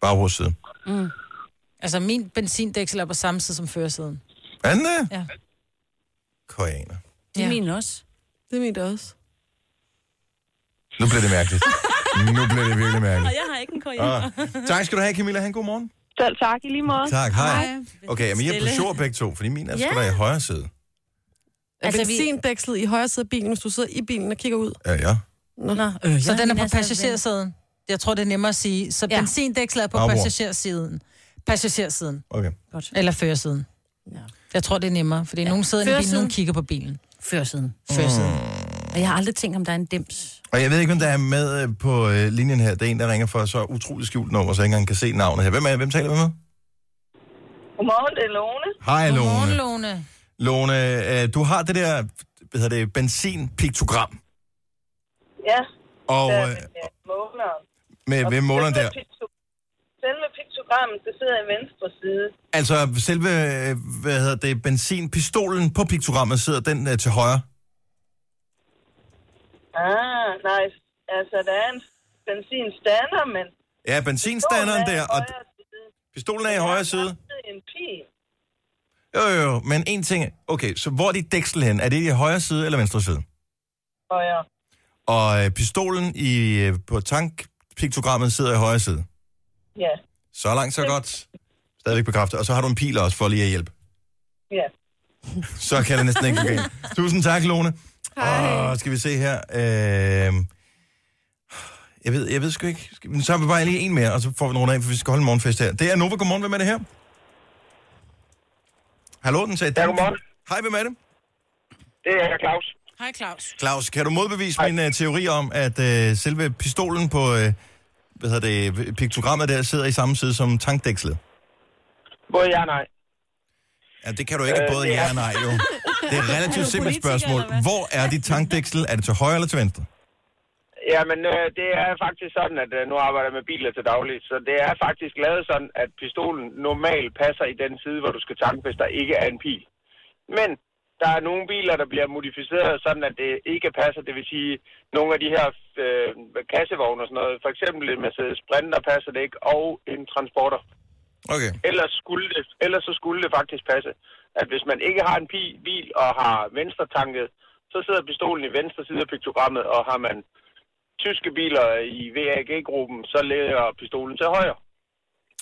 S1: Baghovedsiden.
S2: Altså min benzindæksel er på samme side som førersiden.
S1: Er den det?
S2: Ja.
S1: Koreaner.
S4: Det
S2: Ja.
S4: er min også.
S3: Det er mit også.
S1: Nu bliver det mærkeligt. nu bliver det virkelig mærkeligt.
S4: Jeg har ikke en koreaner.
S1: Ah. Tak skal du have, Camilla. Han god morgen.
S10: Selv tak, i lige måde.
S1: Tak, hej. Okay, men jeg er på sjov begge to, fordi min er sgu da i højre side.
S3: Altså,
S4: Altså, vi-
S3: benzindækslet i højre side af bilen, hvis du sidder i bilen og kigger ud.
S1: Ja, ja.
S4: Nå, øh,
S2: Så den er på passagersiden. Jeg tror, det er nemmere at sige. Så
S4: Ja.
S2: altså, ja. benzindækslet er på
S1: Bagbord.
S2: passagersiden. Passagersiden.
S1: Okay.
S2: Eller førersiden. Ja. Jeg tror, det er nemmere, fordi ja. nogen sidder inde i bilen,
S4: Førersiden.
S2: nogen kigger på bilen.
S4: Førsiden.
S2: Førersiden.
S4: Og jeg har aldrig tænkt, om der er en dims.
S1: Og jeg ved ikke, hvem der er med øh, på øh, linjen her. Det er en, der ringer for så utroligt skjult nummer, så jeg ikke engang kan se navnet her. Hvem, er, hvem taler vi med?
S10: Godmorgen, det er Lone.
S1: Hej,
S2: Godmorgen,
S1: Lone.
S2: Lone.
S1: Lone, øh, du har det der, hvad hedder det, benzinpiktogram.
S10: Ja,
S1: Og
S10: der
S1: øh,
S10: med, med måleren.
S1: med, ved måleren der.
S10: Selve pikto- Selve piktogrammet, det sidder i venstre side.
S1: Altså selve, øh, hvad hedder det, benzinpistolen på piktogrammet sidder den øh, til højre.
S10: Ah, nej. Altså, der er en benzinstander, men...
S1: Ja, benzinstanderen der, og d- pistolen er i højre side.
S10: en pil.
S1: Jo, jo, jo, men en ting. er- Okay, så hvor er dit dæksel hen? Er det i højre side eller venstre side?
S10: Højre.
S1: Og øh, pistolen i, øh, på tankpiktogrammet sidder i højre side.
S10: Ja,
S1: Så langt, så godt. Stadigvæk bekræftet. Og så har du en pil også for lige at hjælpe.
S10: ja.
S1: Så kan det næsten ikke gå galt. Tusind tak, Lone. Og skal vi se her. Øh, jeg ved, jeg ved sgu ikke. Skal- Men så har vi bare lige en mere, og så får vi nogen af, for vi skal holde en morgenfest her. Det er Nova. Godmorgen. Hvem er det her? Hallo, den sagde... Ja,
S8: godmorgen.
S1: Hej, hvem er det?
S8: Det er Claus.
S2: Hej, Claus.
S1: Claus, kan du modbevise min uh, teori om, at uh, selve pistolen på uh, hvad hedder det, piktogrammet der sidder i samme side som tankdækslet?
S8: Både ja og nej.
S1: Ja, det kan du ikke
S8: Øh,
S1: både ja og nej, jo. Det er et relativt simpelt spørgsmål. Hvor er dit tankdæksel? Er det til højre eller til venstre?
S8: Jamen, øh, det er faktisk sådan, at øh, nu arbejder jeg med biler til daglig, så det er faktisk lavet sådan, at pistolen normalt passer i den side, hvor du skal tanke, hvis der ikke er en pil. Men der er nogle biler, der bliver modificeret sådan, at det ikke passer. Det vil sige, nogle af de her øh, kassevogne og sådan noget, for eksempel en Mercedes Sprinter passer det ikke, og en transporter.
S1: Okay.
S8: Ellers, skulle det, ellers så skulle det faktisk passe, at hvis man ikke har en pi, bil og har venstre tanket, så sidder pistolen i venstre side af piktogrammet, og har man tyske biler i VAG-gruppen, så ligger pistolen til højre.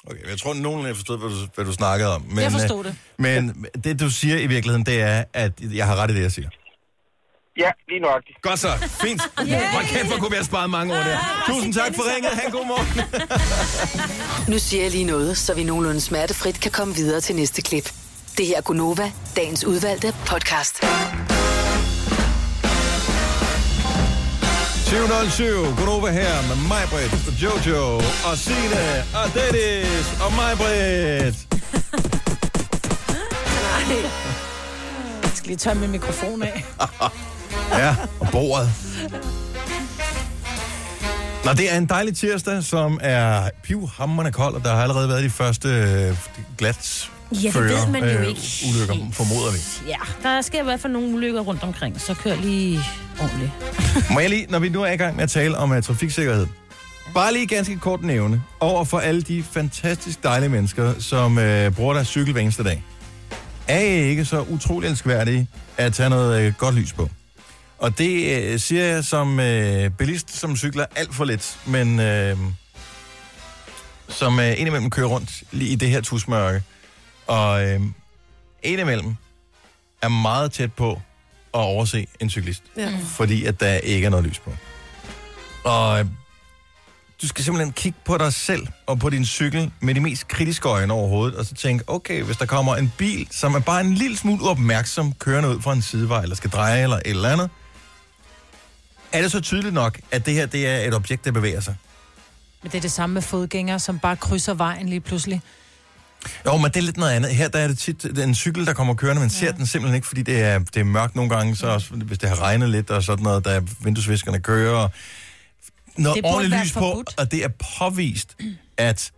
S1: Okay, jeg tror, nogen har forstået, hvad du, hvad du snakkede om. Men,
S8: Jeg forstod
S1: øh,
S8: det.
S1: Men det, du siger i virkeligheden, det er, at jeg har ret i det, jeg siger.
S8: Ja, lige nok.
S1: Godt så. Fint. Hvor kæft, hvor kunne vi have sparet mange år der. Tusind tak for ringet. Ha' en god morgen.
S7: Nu siger jeg lige noget, så vi nogenlunde smertefrit kan komme videre til næste klip. Det her er Gunova, dagens udvalgte podcast.
S1: 707, Godova her med mig, Britt, og Jojo, og Sine, og Dennis, og mig, Britt.
S2: Jeg skal lige tørre min mikrofon af.
S1: Ja, og bordet. Nå, det er en dejlig tirsdag, som er pivhammerende kold, og der har allerede været de første øh, glat
S4: Ja, det ved man jo ikke
S1: øh, ulykker, formoder vi.
S4: Ja, der sker i hvert fald nogle ulykker rundt omkring, så kør lige ordentligt.
S1: Må jeg lige, når vi nu er i gang med at tale om uh, trafiksikkerhed, bare lige ganske kort nævne over for alle de fantastisk dejlige mennesker, som uh, bruger deres cykel hver eneste dag. Er I ikke så utrolig elskværdige at tage noget uh, godt lys på? Og det uh, siger jeg som uh, bilist, som cykler alt for lidt, men uh, som uh, indimellem kører rundt lige i det her tusmørke. Og uh, indimellem er meget tæt på at overse en cyklist
S3: Ja.
S1: fordi at der ikke er noget lys på. Og øh, du skal simpelthen kigge på dig selv og på din cykel med de mest kritiske øjne overhovedet, og så tænke, okay, hvis der kommer en bil, som er bare en lille smule opmærksom, kørende ud fra en sidevej, eller skal dreje, eller et eller andet, er det så tydeligt nok, at det her det er et objekt, der bevæger sig?
S2: Men det er det samme med fodgængere, som bare krydser vejen lige pludselig.
S1: Jo, men det er lidt noget andet. Her der er det tit det er en cykel, der kommer kørende, men ja. ser den simpelthen ikke, fordi det er, det er mørkt nogle gange, så også, hvis det har regnet lidt og sådan noget, der er vinduesviskerne kører. Og noget
S2: Det burde
S1: ordentligt
S2: være
S1: lys
S2: forbudt.
S1: på, og det er påvist, at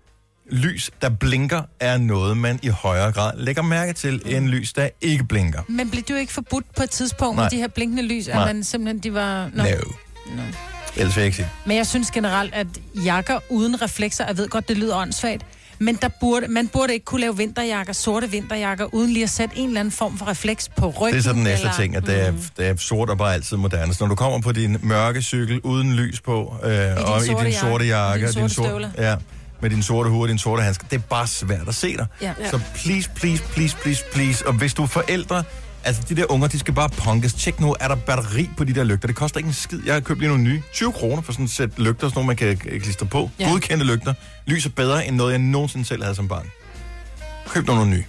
S1: lys, der blinker, er noget, man i højere grad lægger mærke til, end lys, der ikke blinker.
S2: Men blev det jo ikke forbudt på et tidspunkt
S1: Nej.
S2: med de her blinkende lys, at
S1: Nej.
S2: man simpelthen, de var... Nå.
S1: No.
S2: No.
S1: Ellers vil jeg ikke sige.
S2: Men jeg synes generelt, at jakker uden reflekser, jeg ved godt, det lyder åndssvagt, men der burde, man burde ikke kunne lave vinterjakker, sorte vinterjakker, uden lige at sætte en eller anden form for refleks på ryggen.
S1: Det er så den næste
S2: eller- Mm.
S1: ting, at det er, det er sort og bare altid moderne. Så når du kommer på din mørke cykel uden lys på, øh, og i
S2: sorte
S1: din sorte
S2: jakke,
S1: jakke,
S2: dine
S1: og
S2: sorte
S1: din sorte
S2: støvler.
S1: ja, med din sorte hue og din sorte handsker, det er bare svært at se dig.
S2: Ja.
S1: Så please, please, please, please, please. Og hvis du er forældre, altså de der unger, de skal bare punkes. Tjek nu, er der batteri på de der lygter? Det koster ikke en skid. Jeg har købt lige nogle nye. 20 kroner for sådan et sæt lygter, sådan nogle, man kan øh, klistre på.
S2: Ja.
S1: Ja. Godkendte lygter. Lyser bedre end noget, jeg nogensinde selv havde som barn. Køb nu nogle nye.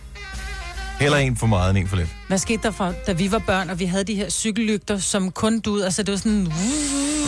S1: Heller en for meget end en for lidt.
S2: Hvad skete der for, da vi var børn, og vi havde de her cykellygter, som kun du ud, altså det var sådan...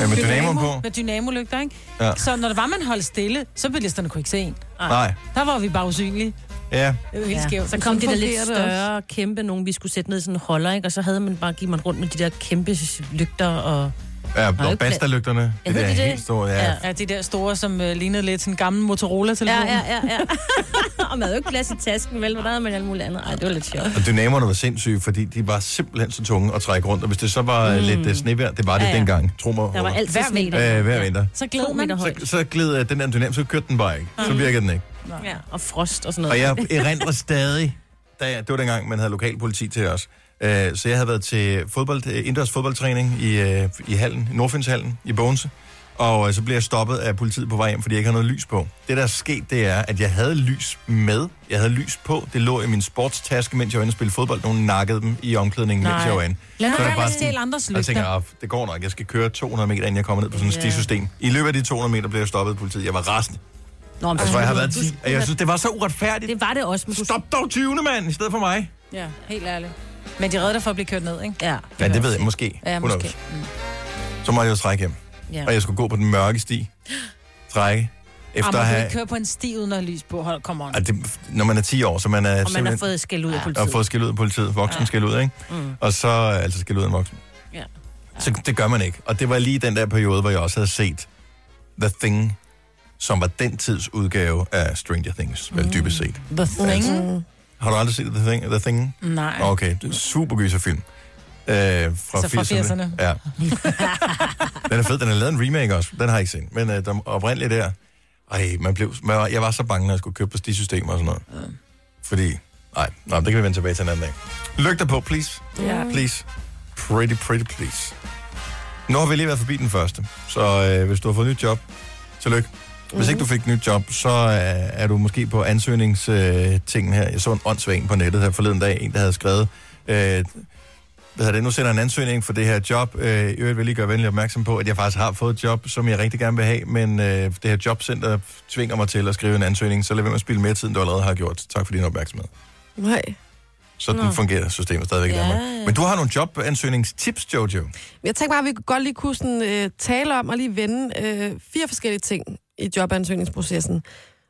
S1: Ja, med dynamoen på.
S2: Med dynamolygter, ikke?
S1: Ja.
S2: Så når der var, man holdt stille, så bilisterne kunne ikke se en.
S1: Nej.
S2: Der var vi bare usynlige.
S1: Ja.
S2: Det er jo helt skævt.
S4: Så kom de
S2: Sådan
S4: der lidt
S2: fungerer det også.
S4: større, kæmpe nogen, vi skulle sætte ned i sådan en holder, ikke? og så havde man bare givet man rundt med de der kæmpe lygter og...
S1: Ja,
S4: Der er jo
S1: og
S4: ikke plads.
S1: bastalygterne.
S4: Ja,
S1: Det
S4: ved
S1: der er
S4: de det?
S1: helt store, ja.
S2: Ja, de der store, som øh, lignede lidt sådan en gammel Motorola-telefon.
S4: Ja, ja, ja, ja. og man havde jo ikke plads i tasken, vel? Men der havde man alt muligt andet. Ej, det var lidt sjovt.
S1: Og dynamoerne var sindssyge, fordi de var simpelthen så tunge at trække rundt. Og hvis det så var mm. lidt øh, snevejr, det var
S4: Ja,
S1: det ja,
S4: ja.
S1: ja. dengang, tro mig.
S4: Der var altid
S1: Hver
S4: sne
S1: vinter.
S4: dengang.
S1: Øh, hver
S4: Ja.
S1: vinter.
S2: Så gled man.
S4: meter højt.
S1: Så, så gled øh, den der dynam, så kørte den bare ikke. Så
S4: Mm.
S1: virkede den ikke.
S4: Ja, og frost og sådan
S1: Og
S4: noget.
S1: jeg erindrer stadig, da jeg, det var dengang, man havde lokal politi til os. Øh, så jeg havde været til fodbold, øh, indendørs fodboldtræning i, øh, i hallen, i Nordfinshallen i Bogense. Og øh, så blev jeg stoppet af politiet på vej hjem, fordi jeg ikke havde noget lys på. Det, der er sket, det er, at jeg havde lys med. Jeg havde lys på. Det lå i min sportstaske, mens jeg var inde og spille fodbold. Nogen nakkede dem i omklædningen, mens
S2: Nej.
S1: jeg var inde.
S2: Lad nu
S1: Så er
S2: være
S1: det
S2: med at
S1: sådan-
S2: stjæle andres
S1: Og jeg tænker,
S2: lygter.
S1: "Ah, det går nok. Jeg skal køre 200 meter, inden jeg kommer ned på sådan et
S2: Ja.
S1: stisystem. I løbet af de 200 meter blev jeg stoppet af politiet. Jeg var rasende.
S4: Nå, men
S1: Jeg tror, jeg har været
S4: du
S1: 10.
S4: skulle
S1: Og jeg
S4: have-
S1: synes, det var så uretfærdigt.
S4: Det var det også, men du...
S1: Stop dog 20. mand, i stedet for mig.
S2: Ja, helt ærligt. Men de redder dig for at blive kørt ned, ikke?
S4: Ja.
S1: Ja, det ved jeg måske.
S2: Ja,
S1: Who
S2: måske.
S1: knows? Så måtte jeg jo trække hjem.
S2: Ja.
S1: Og jeg skulle gå på den mørke sti. Trække. Efter
S2: Efter
S1: at
S2: Ammer,
S1: have...
S2: have... køre på en sti uden at have lys på. Hold, come on.
S1: Ej, det, når man er 10 år, så man er
S2: Og man har fået skæld ud af
S1: Og
S2: politiet.
S1: fået skæld ud af politiet. Voksen ja. skæld ud, ikke?
S2: Mm.
S1: Og så altså skæld ud af en voksen.
S4: Ja.
S1: Så det gør man ikke. Og det var lige den der periode, hvor jeg også havde set The Thing, som var den tids udgave af Stranger Things,
S2: Mm.
S1: vel dybest set.
S2: The Thing?
S3: Mm.
S1: Har du aldrig set The Thing? The Thing?
S2: Nej.
S1: Okay, det er super gyser film. Øh, fra,
S2: Så Altså fra 80'erne.
S1: Ja. den er fed, den er lavet en remake også. Den har jeg ikke set, men øh, den oprindelige der. Ej, man blev, man var, jeg var så bange, når jeg skulle købe på stisystemer og sådan noget. Ja. Fordi, nej, nej, det kan vi vende tilbage til en anden dag. Lyg dig på, please.
S3: Ja.
S1: Please. Pretty, pretty please. Nu har vi lige været forbi den første, så øh, hvis du har fået nyt job, tillykke. Hvis ikke du fik et nyt job, så øh, er du måske på ansøgningstingen her. Jeg så en åndssvag en på nettet her forleden dag, en der havde skrevet, øh, hvad hedder det, nu sender jeg en ansøgning for det her job. Øh, I øvrigt vil jeg lige gøre venlig opmærksom på, at jeg faktisk har fået et job, som jeg rigtig gerne vil have, men øh, det her jobcenter tvinger mig til at skrive en ansøgning, så lad være med at spille mere tid, end du allerede har gjort. Tak for din opmærksomhed.
S3: Nej.
S1: Sådan
S3: Nå.
S1: fungerer systemet stadigvæk ja. i
S3: Ja,
S1: Danmark. Men du har nogle jobansøgningstips, Jojo.
S3: Men Jeg tænker bare, at vi kunne godt lige kunne sådan, øh, tale om og lige vende øh, fire forskellige ting i jobansøgningsprocessen.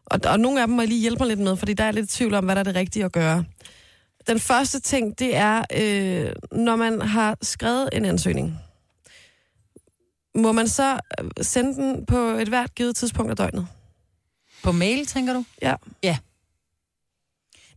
S3: Og, og nogle af dem må jeg lige hjælpe mig lidt med, fordi der er lidt tvivl om, hvad der er det rigtige at gøre. Den første ting, det er, øh, når man har skrevet en ansøgning, må man så øh, sende den på et hvert givet tidspunkt af døgnet?
S2: På mail, tænker du?
S3: Ja.
S2: Ja.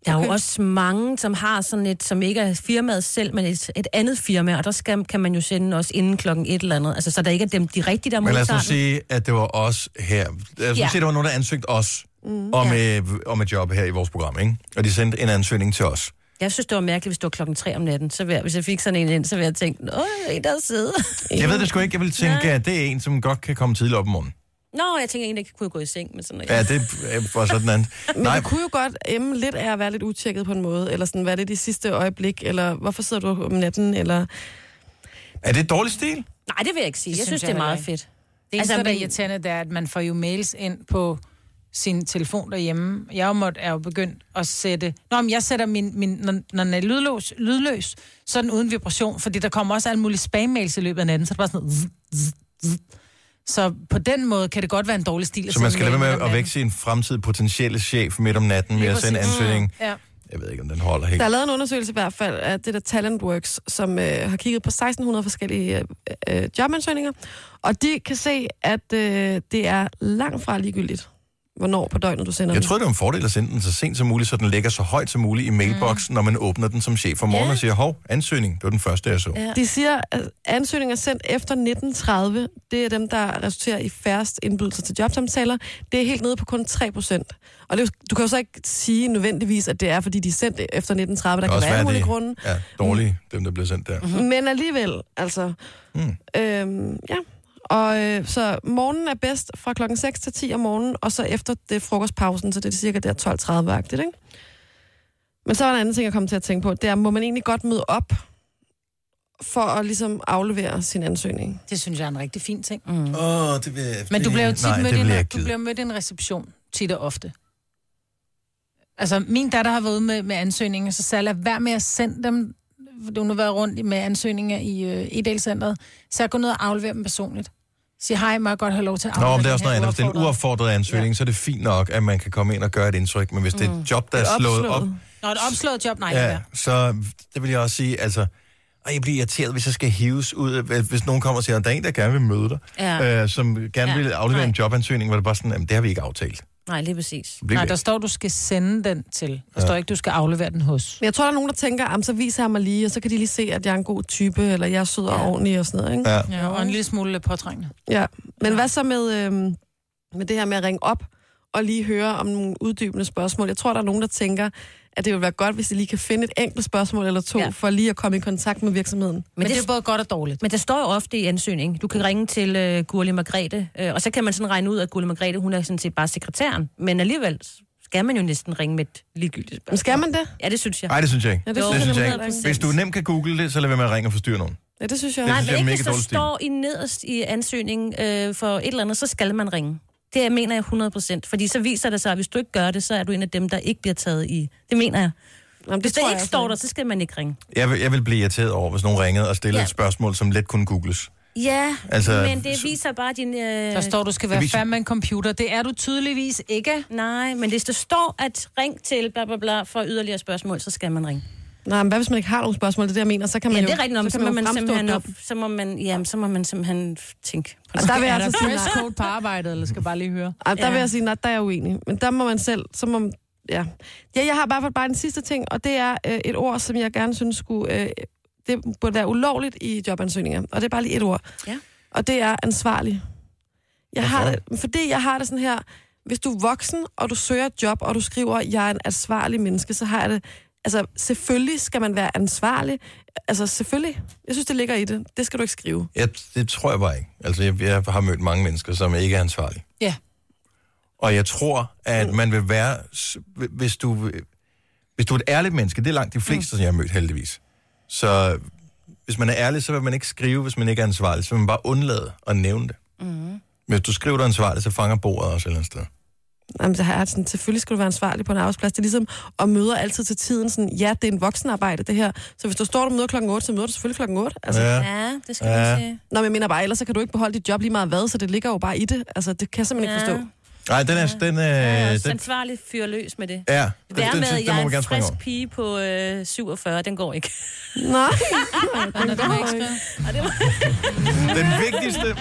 S4: Der er
S3: Okay.
S4: jo også mange, som har sådan et, som ikke er firmaet selv, men et, et andet firma, og der skal, kan man jo sende også inden klokken et eller andet. Altså, så der ikke er dem de rigtige, der
S1: Men lad os nu
S4: modtager den.
S1: sige, at det var os her. Lad os nu
S4: Ja.
S1: sige, at der var nogen, der ansøgte os mm. om, øh, om et job her i vores program, ikke? Og de sendte en ansøgning til os.
S4: Jeg synes, det var mærkeligt, hvis det var klokken 3 om natten. Så vil jeg, hvis jeg fik sådan en ind, så ville jeg tænke, åh, en der sidder.
S1: Jeg ved det sgu ikke. Jeg vil tænke, at det er en, som godt kan komme tidligt op i morgen.
S4: Nå, jeg tænker, en der kunne gå i seng med sådan noget.
S1: Ja, det øh, var sådan andet.
S3: Men
S1: Nej,
S3: det kunne jo godt emme lidt af at være lidt utjekket på en måde, eller sådan, hvad er det de sidste øjeblik, eller hvorfor sidder du om natten, eller...
S1: er det dårlig stil?
S4: Nej, det vil jeg ikke sige.
S2: Det
S4: Jeg synes,
S2: synes
S4: det
S2: jeg
S4: er meget
S2: heller ikke.
S4: fedt.
S2: Det
S4: Altså,
S2: eneste, altså, der er
S4: men-
S2: irriterende, det er, at man får jo mails ind på sin telefon derhjemme. Jeg er jo måtte, er jo begyndt at sætte... Nå, men jeg sætter min... min når, når den er lydløs, lydløs, så er den uden vibration, fordi der kommer også alle mulige spam-mails i løbet af natten, så er det bare sådan noget... zzz, zzz, zzz. Så på den måde kan det godt være en dårlig stil. at
S1: Så man
S2: sende
S1: skal lade
S2: mail
S1: være
S2: midt
S1: med
S2: om
S1: at
S2: natten.
S1: vække sin fremtidige potentielle chef midt om natten med
S2: Lige
S1: at sende
S2: præcis.
S1: ansøgning.
S2: Mm, Ja.
S1: Jeg ved ikke, om den holder helt.
S3: Der er lavet en undersøgelse i hvert fald af det der Talentworks, som øh, har kigget på 1600 forskellige øh, øh, jobansøgninger, og de kan se, at øh, det er langt fra ligegyldigt, hvornår på døgnet du sender
S1: Jeg
S3: den.
S1: tror, det er en fordel at sende den så sent som muligt, så den ligger så højt som muligt i
S2: Mm.
S1: mailboksen, når man åbner den som chef om morgenen og siger, hov, ansøgning, det var den første, jeg så.
S4: Ja.
S3: De siger, at ansøgninger sendt efter 1930, det er dem, der resulterer i færrest indbydelser til jobsamtaler. Det er helt nede på kun 3 procent. Og det, er jo- du kan jo så ikke sige nødvendigvis, at det er, fordi de er sendt efter 1930. Der kan, være alle mulige grunde.
S1: ja, dårlige,
S2: Mm.
S1: dem der bliver sendt der.
S3: Mm-hmm. Men alligevel, altså.
S1: Mm.
S3: Øhm, ja. Og øh, så morgenen er bedst fra klokken 6 til 10 om morgenen, og så efter det er frokostpausen, så det er cirka der 12.30-agtigt, ikke? Men så er der en anden ting, jeg kom til at tænke på, det er, må man egentlig godt møde op for at ligesom aflevere sin ansøgning?
S2: Det synes jeg er en rigtig fin ting.
S4: Mm.
S1: Åh, oh, det vil jeg...
S2: Men du bliver jo tit
S1: Nej,
S2: mødt,
S1: det
S2: i
S1: bliver
S2: en,
S1: jeg
S2: du
S1: givet.
S2: bliver mødt i en reception, tit og ofte. Altså, min datter har været ude med, med ansøgninger, så sagde jeg, lad være med at sende dem, for du har nu været rundt med ansøgninger i øh, e-delcentret, så jeg går ned og afleverer dem personligt. Sig hej, må jeg godt have lov til at aflevere
S1: Nå, men det
S2: den
S1: er også
S2: her
S1: noget andet. Hvis det er en
S2: uopfordret?"
S1: uaffordret ansøgning, ja. så er det fint nok, at man kan komme ind og gøre et indtryk. Men hvis det er
S2: Mm.
S1: et job, der er slået op,
S2: Nå, et opslået job, nej.
S1: ja,
S2: Ja.
S1: så det vil jeg også sige, altså... Og jeg bliver irriteret, hvis jeg skal hives ud. Hvis nogen kommer og siger, at der er en, der gerne vil møde dig,
S4: Ja.
S1: øh, som gerne
S4: Ja.
S1: vil aflevere
S4: Nej.
S1: en jobansøgning, hvor det bare sådan, jamen, det har vi ikke aftalt.
S4: Nej, lige præcis.
S1: Bliv
S2: Nej,
S1: væk.
S2: der står, du skal sende den til. Der
S1: Ja.
S2: står ikke, du skal aflevere den hos.
S3: Men jeg tror, der er nogen, der tænker, "Am, så viser jeg mig lige, og så kan de lige se, at jeg er en god type, eller jeg er sød og ordentlig og sådan noget, ikke?
S1: Ja.
S2: Ja, og en lille smule påtrængende.
S3: Ja, men hvad så med, øhm, med det her med at ringe op og lige høre om nogle uddybende spørgsmål? Jeg tror, der er nogen, der tænker, at det ville være godt, hvis de lige kan finde et enkelt spørgsmål eller to, ja.
S4: Ja.
S3: for lige at komme i kontakt med virksomheden.
S2: Men,
S4: det-
S2: det, er både godt og dårligt.
S4: Men der står jo ofte i ansøgningen, du kan ringe til øh, Gurli Margrethe, øh, og så kan man sådan regne ud, at Gurli Margrethe, hun er sådan set bare sekretæren, men alligevel skal man jo næsten ringe med et ligegyldigt spørgsmål.
S3: Men skal man det?
S4: Ja, det synes jeg.
S1: Nej, det synes jeg ikke.
S3: Ja, det
S1: det,
S3: synes
S1: det
S3: jeg
S1: synes jeg
S3: heller
S1: ikke.
S3: ikke.
S1: Hvis du nemt kan google det, så lad være med at ringe og forstyrre nogen.
S3: Ja, det synes jeg.
S1: Det
S4: Nej,
S1: synes jeg
S4: men
S1: er
S4: ikke
S1: mega
S4: hvis der
S1: dårlig stil.
S4: står i nederst i ansøgningen øh, for et eller andet, så skal man ringe. Det mener jeg 100%, fordi så viser det sig, at hvis du ikke gør det, så er du en af dem, der ikke bliver taget i. Det mener jeg.
S3: Jamen,
S4: Hvis det
S3: tror
S4: ikke
S3: jeg
S4: står
S3: også.
S4: der, så skal man ikke ringe.
S1: Jeg vil, jeg vil blive irriteret over, hvis nogen ringede og stillede
S4: Ja.
S1: et spørgsmål, som let kunne googles.
S4: Ja,
S1: Altså,
S4: altså, men det viser bare din... Øh...
S2: Der står, du skal
S1: Det
S2: være
S1: viser-
S2: færdig med en computer. Det er du tydeligvis ikke.
S4: Nej, men hvis der står, at ring til bla bla bla for yderligere spørgsmål, så skal man ringe.
S3: Nej, men hvad hvis man ikke har nogen spørgsmål? Det er det, jeg mener. Så kan man
S4: Ja,
S3: jo,
S4: det er rigtigt, om, så,
S3: kan
S4: må
S3: jo
S4: man
S3: fremstå
S4: simpelthen
S3: dum.
S4: op, så må man, jamen, så må man simpelthen f- tænke på
S3: Og
S4: det.
S3: der vil jeg
S2: er
S3: altså
S2: der
S3: sige nej.
S2: dresscode på arbejdet, eller skal jeg bare lige høre?
S3: Ej, der
S4: Ja.
S3: vil jeg sige, nej, der er jeg uenig. Men der må man selv, så må man, ja. ja jeg har bare, bare en sidste ting, og det er øh, et ord, som jeg gerne synes skulle, øh, det burde være ulovligt i jobansøgninger. Og det er bare lige et ord.
S4: Ja.
S3: Og det er ansvarlig. Jeg har det, fordi jeg har det sådan her, hvis du er voksen, og du søger et job, og du skriver, jeg er en ansvarlig menneske, så har jeg det... Altså, selvfølgelig skal man være ansvarlig. Altså, selvfølgelig. Jeg synes, det ligger i det. Det skal du ikke skrive.
S1: Jeg, det tror jeg bare ikke. Altså, jeg, jeg har mødt mange mennesker, som ikke er ansvarlige.
S2: Ja.
S1: Og jeg tror, at man vil være... s- Hvis du, hvis du er et ærligt menneske, det er langt de
S4: Mm.
S1: fleste, som jeg har mødt heldigvis. Så hvis man er ærlig, så vil man ikke skrive, hvis man ikke er ansvarlig. Så vil man bare undlade at nævne det.
S3: Mm.
S1: Hvis du skriver dig ansvarlig, så fanger bordet også et eller andet sted.
S3: Jamen, det har jeg sådan, selvfølgelig skal du være ansvarlig på en arbejdsplads. Det er ligesom at møder altid til tiden sådan, ja, det er en voksenarbejde, det her. Så hvis du står og møder klokken 8, så møder du selvfølgelig klokken 8.
S1: Ja. Ja, det skal man Ja. sige.
S3: Nå, men jeg mener bare, ellers så kan du ikke beholde dit job lige meget hvad, så det ligger jo bare i det. Altså, det kan jeg simpelthen ikke
S4: Ja.
S3: forstå.
S1: Nej, den er... Den,
S4: Jeg er
S1: øh,
S4: også
S1: den,
S4: ansvarlig fyrer løs med det.
S1: Ja,
S4: Det
S1: den-
S4: der
S1: den-
S4: med, at
S1: den må
S4: jeg er
S1: man
S4: en
S1: gerne springe
S4: frisk
S1: over.
S4: pige på øh, 47, den går ikke.
S3: Nej.
S4: den går ikke. Og det var...
S1: den vigtigste,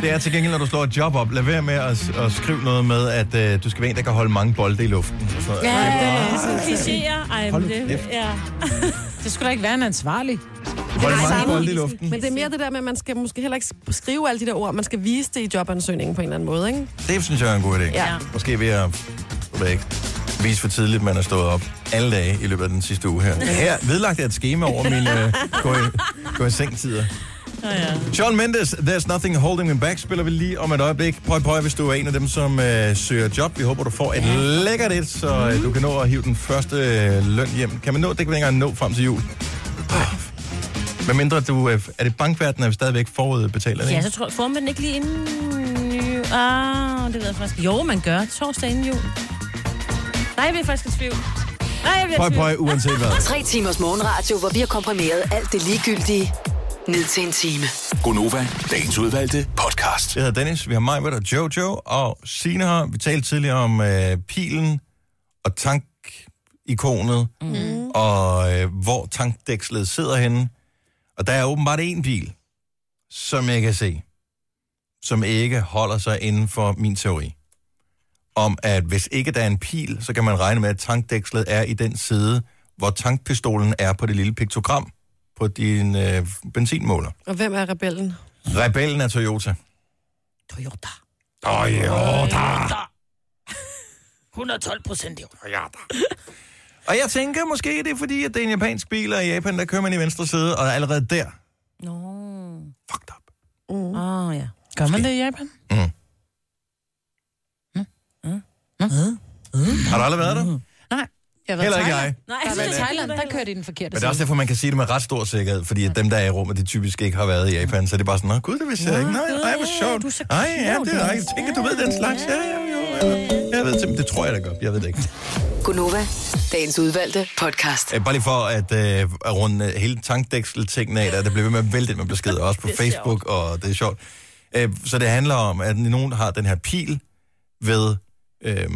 S1: det er til gengæld, når du slår et job op. Lad være med at, s- at skrive noget med, at øh, du skal være en, der kan holde mange bolde i luften. Og sådan noget.
S2: Ja,
S1: Det er
S2: det er
S1: bare-
S2: sådan
S4: klichéer. Ej,
S1: Hold
S4: men
S1: nu
S4: det,
S1: kæft.
S4: ja.
S2: Det skulle da ikke være en ansvarlig.
S1: Hold
S2: Nej,
S1: mange
S2: samme.
S1: bolde i luften.
S3: Men det er mere det der med, at man skal måske heller ikke skrive alle de der ord. Man skal vise det i jobansøgningen på en eller anden måde, ikke?
S1: Det synes jeg er en god idé.
S3: Ja.
S1: Måske ved at jeg ved ikke, vise for tidligt, at man er stået op alle dage i løbet af den sidste uge her. Her vedlagt er et schema over mine øh, gå i, gå i sengtider. John Mendes, There's Nothing Holding Me Back, spiller vi lige om et øjeblik. Pøj, pøj, hvis du er en af dem, som øh, søger job. Vi håber, du får et lækkert et, så øh, du kan nå at hive den første øh, løn hjem. Kan man nå det? kan man ikke engang nå frem til jul.
S4: Ah.
S1: Hvad mindre du... Øh, er det bankverdenen, er vi stadigvæk forudbetaler det?
S4: ja, så
S1: ikke?
S4: tror jeg, får man den ikke lige inden... Ah, det ved jeg faktisk. Jo, man gør. Torsdag inden jul. Nej, jeg bliver faktisk i tvivl. Nej, jeg bliver i
S1: Pøj,
S4: tvivl.
S1: pøj, uanset hvad.
S7: Tre timers morgenradio, hvor vi har komprimeret alt det ligegyldige ned til en time.
S5: Gonova, dagens udvalgte podcast.
S1: Jeg hedder Dennis, vi har mig med og Jojo, og Sina her. Vi talte tidligere om øh, pilen og tankikonet, mm. og øh, hvor tankdækslet sidder henne. Og der er åbenbart en bil, som jeg kan se, som ikke holder sig inden for min teori. Om at hvis ikke der er en pil, så kan man regne med, at tankdækslet er i den side, hvor tankpistolen er på det lille piktogram på din øh, benzinmåler.
S3: Og hvem er rebellen?
S1: Rebellen er Toyota.
S4: Toyota.
S1: Toyota!
S2: 112 procent i år.
S1: Og jeg tænker måske, det er fordi, at det er en japansk bil, og i Japan, der kører man i venstre side, og allerede der.
S4: Nå. Fucked up. Åh, oh, ja.
S2: Gør man det i Japan?
S1: Mm. Har du aldrig været der?
S2: Nej. Jeg har været
S1: Heller
S2: i
S1: ikke
S2: Thailand.
S1: jeg.
S2: Nej, jeg har været i Thailand, der kørte de den forkerte
S1: Men det er også
S2: side.
S1: derfor, man kan sige det med ret stor sikkerhed, fordi at dem, der er i rummet, de typisk ikke har været i Japan, så det er bare sådan, Nå, gud, det vidste jeg ikke. Nej, nej, hvor sjovt. Nej, ja, det er rigtigt. Tænker, du ved den slags. Ja, ja, jo, ja. Jeg ved simpelthen, det tror jeg da godt. Jeg ved det ikke.
S7: Gunova, dagens udvalgte podcast.
S1: Øh, Bare lige for at, øh, at runde øh, hele tankdæksel-tingen af, der, der bliver ved med at vælte ind med beskeder, også på
S5: Det er
S1: Facebook, og det er sjovt. Øh, så det handler om, at nogen har den her pil ved, øh,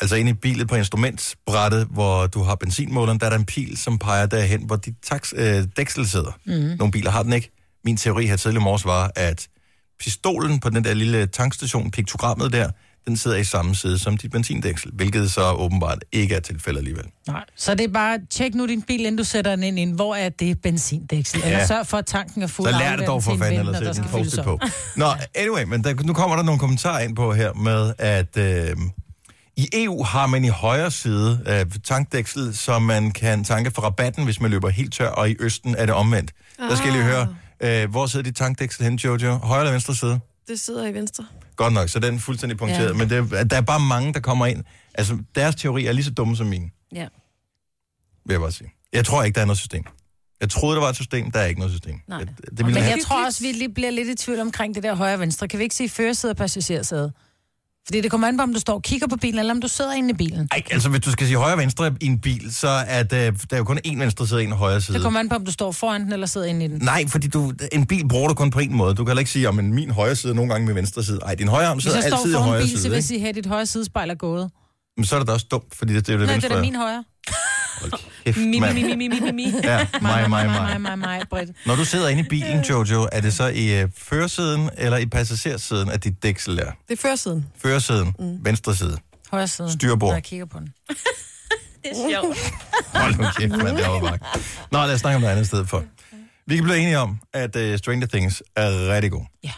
S1: altså inde i bilen på instrumentbrættet, hvor du har benzinmåleren, der er der en pil, som peger derhen, hvor dit taks, øh, dæksel sidder.
S5: Mhm.
S1: Mm. Nogle biler har den ikke. Min teori her tidligere i morges var, at pistolen på den der lille tankstation, piktogrammet der, den sidder i samme side som dit benzindæksel, hvilket så åbenbart ikke er tilfældet alligevel.
S2: Nej. Så det er bare, tjek nu din bil, inden du sætter den ind, ind. hvor er det benzindæksel?
S1: Ja.
S2: Ja. Eller sørg for, at tanken er fuld.
S1: Så
S2: og
S1: lær
S2: aflevere
S1: det dog
S2: den
S1: for
S2: til en
S1: fanden,
S2: ven,
S1: eller
S2: når der
S1: sæt en
S2: skal fyldes
S1: post
S2: op.
S1: på. Nå, anyway, men der, nu kommer der nogle kommentarer ind på her med, at øh, i EU har man i højre side øh, tankdæksel, så man kan tanke for rabatten, hvis man løber helt tør, og i Østen er det omvendt. Ah. Der skal jeg lige høre,
S2: Ah.
S1: øh, hvor sidder dit tankdæksel hen, Jojo? Højre eller venstre side?
S3: Det sidder i venstre.
S1: Godt nok, så den er fuldstændig punkteret,
S3: Ja.
S1: ja. men det, der er bare mange, der kommer ind. Altså, deres teori er lige så dumme som min,
S4: Ja.
S1: vil jeg bare sige. Jeg tror ikke, der er noget system. Jeg troede, der var et system, der er ikke noget system.
S2: Nej.
S1: Det, det
S2: Men
S1: ville have-
S2: jeg tror også, vi lige bliver lidt i tvivl omkring det der højre og venstre. Kan vi ikke sige førersæde og passagersæde? Fordi det kommer an på, om du står og kigger på bilen, eller om du sidder inde i bilen.
S1: Ej, altså hvis du skal sige højre og venstre i en bil, så er det, der er jo kun én venstre side og en højre side.
S2: Det kommer an på, om du står foran den, eller sidder inde i den.
S1: Nej, fordi du, en bil bruger du kun på en måde. Du kan heller ikke sige, at min højre side er nogle gange min venstre side. Nej, din højre arm
S2: Hvis
S1: sidder
S2: jeg står
S1: altid i
S2: foran en
S1: højre
S2: bil, så
S1: side.
S2: vil jeg
S1: ikke?
S2: sige, at dit højre sidespejl er gået.
S1: Men så er det da også dumt, fordi det, det er jo det
S2: Nej, det
S1: venstre.
S2: er da min højre.
S1: Kæft,
S2: Mi, mi,
S1: mand.
S2: mi, mi, mi, mi, mi.
S1: Ja, mig, mig,
S2: mig,
S1: mig.
S2: mig, mig, Britt.
S1: Når du sidder inde i bilen, Jojo, er det så i øh, førersiden eller i passagersiden, at dit dæksel er?
S3: Det er førsiden.
S1: Førersiden,
S2: Mm.
S1: venstre side.
S2: Højre side.
S1: Styrbord.
S2: Når jeg kigger på den.
S4: Det er sjovt.
S1: Hold nu kæft, mand, det var bare. Nå, lad os øh, snakke om noget andet sted for. Vi kan blive enige om, at uh, Stranger Things er rigtig god.
S2: Ja.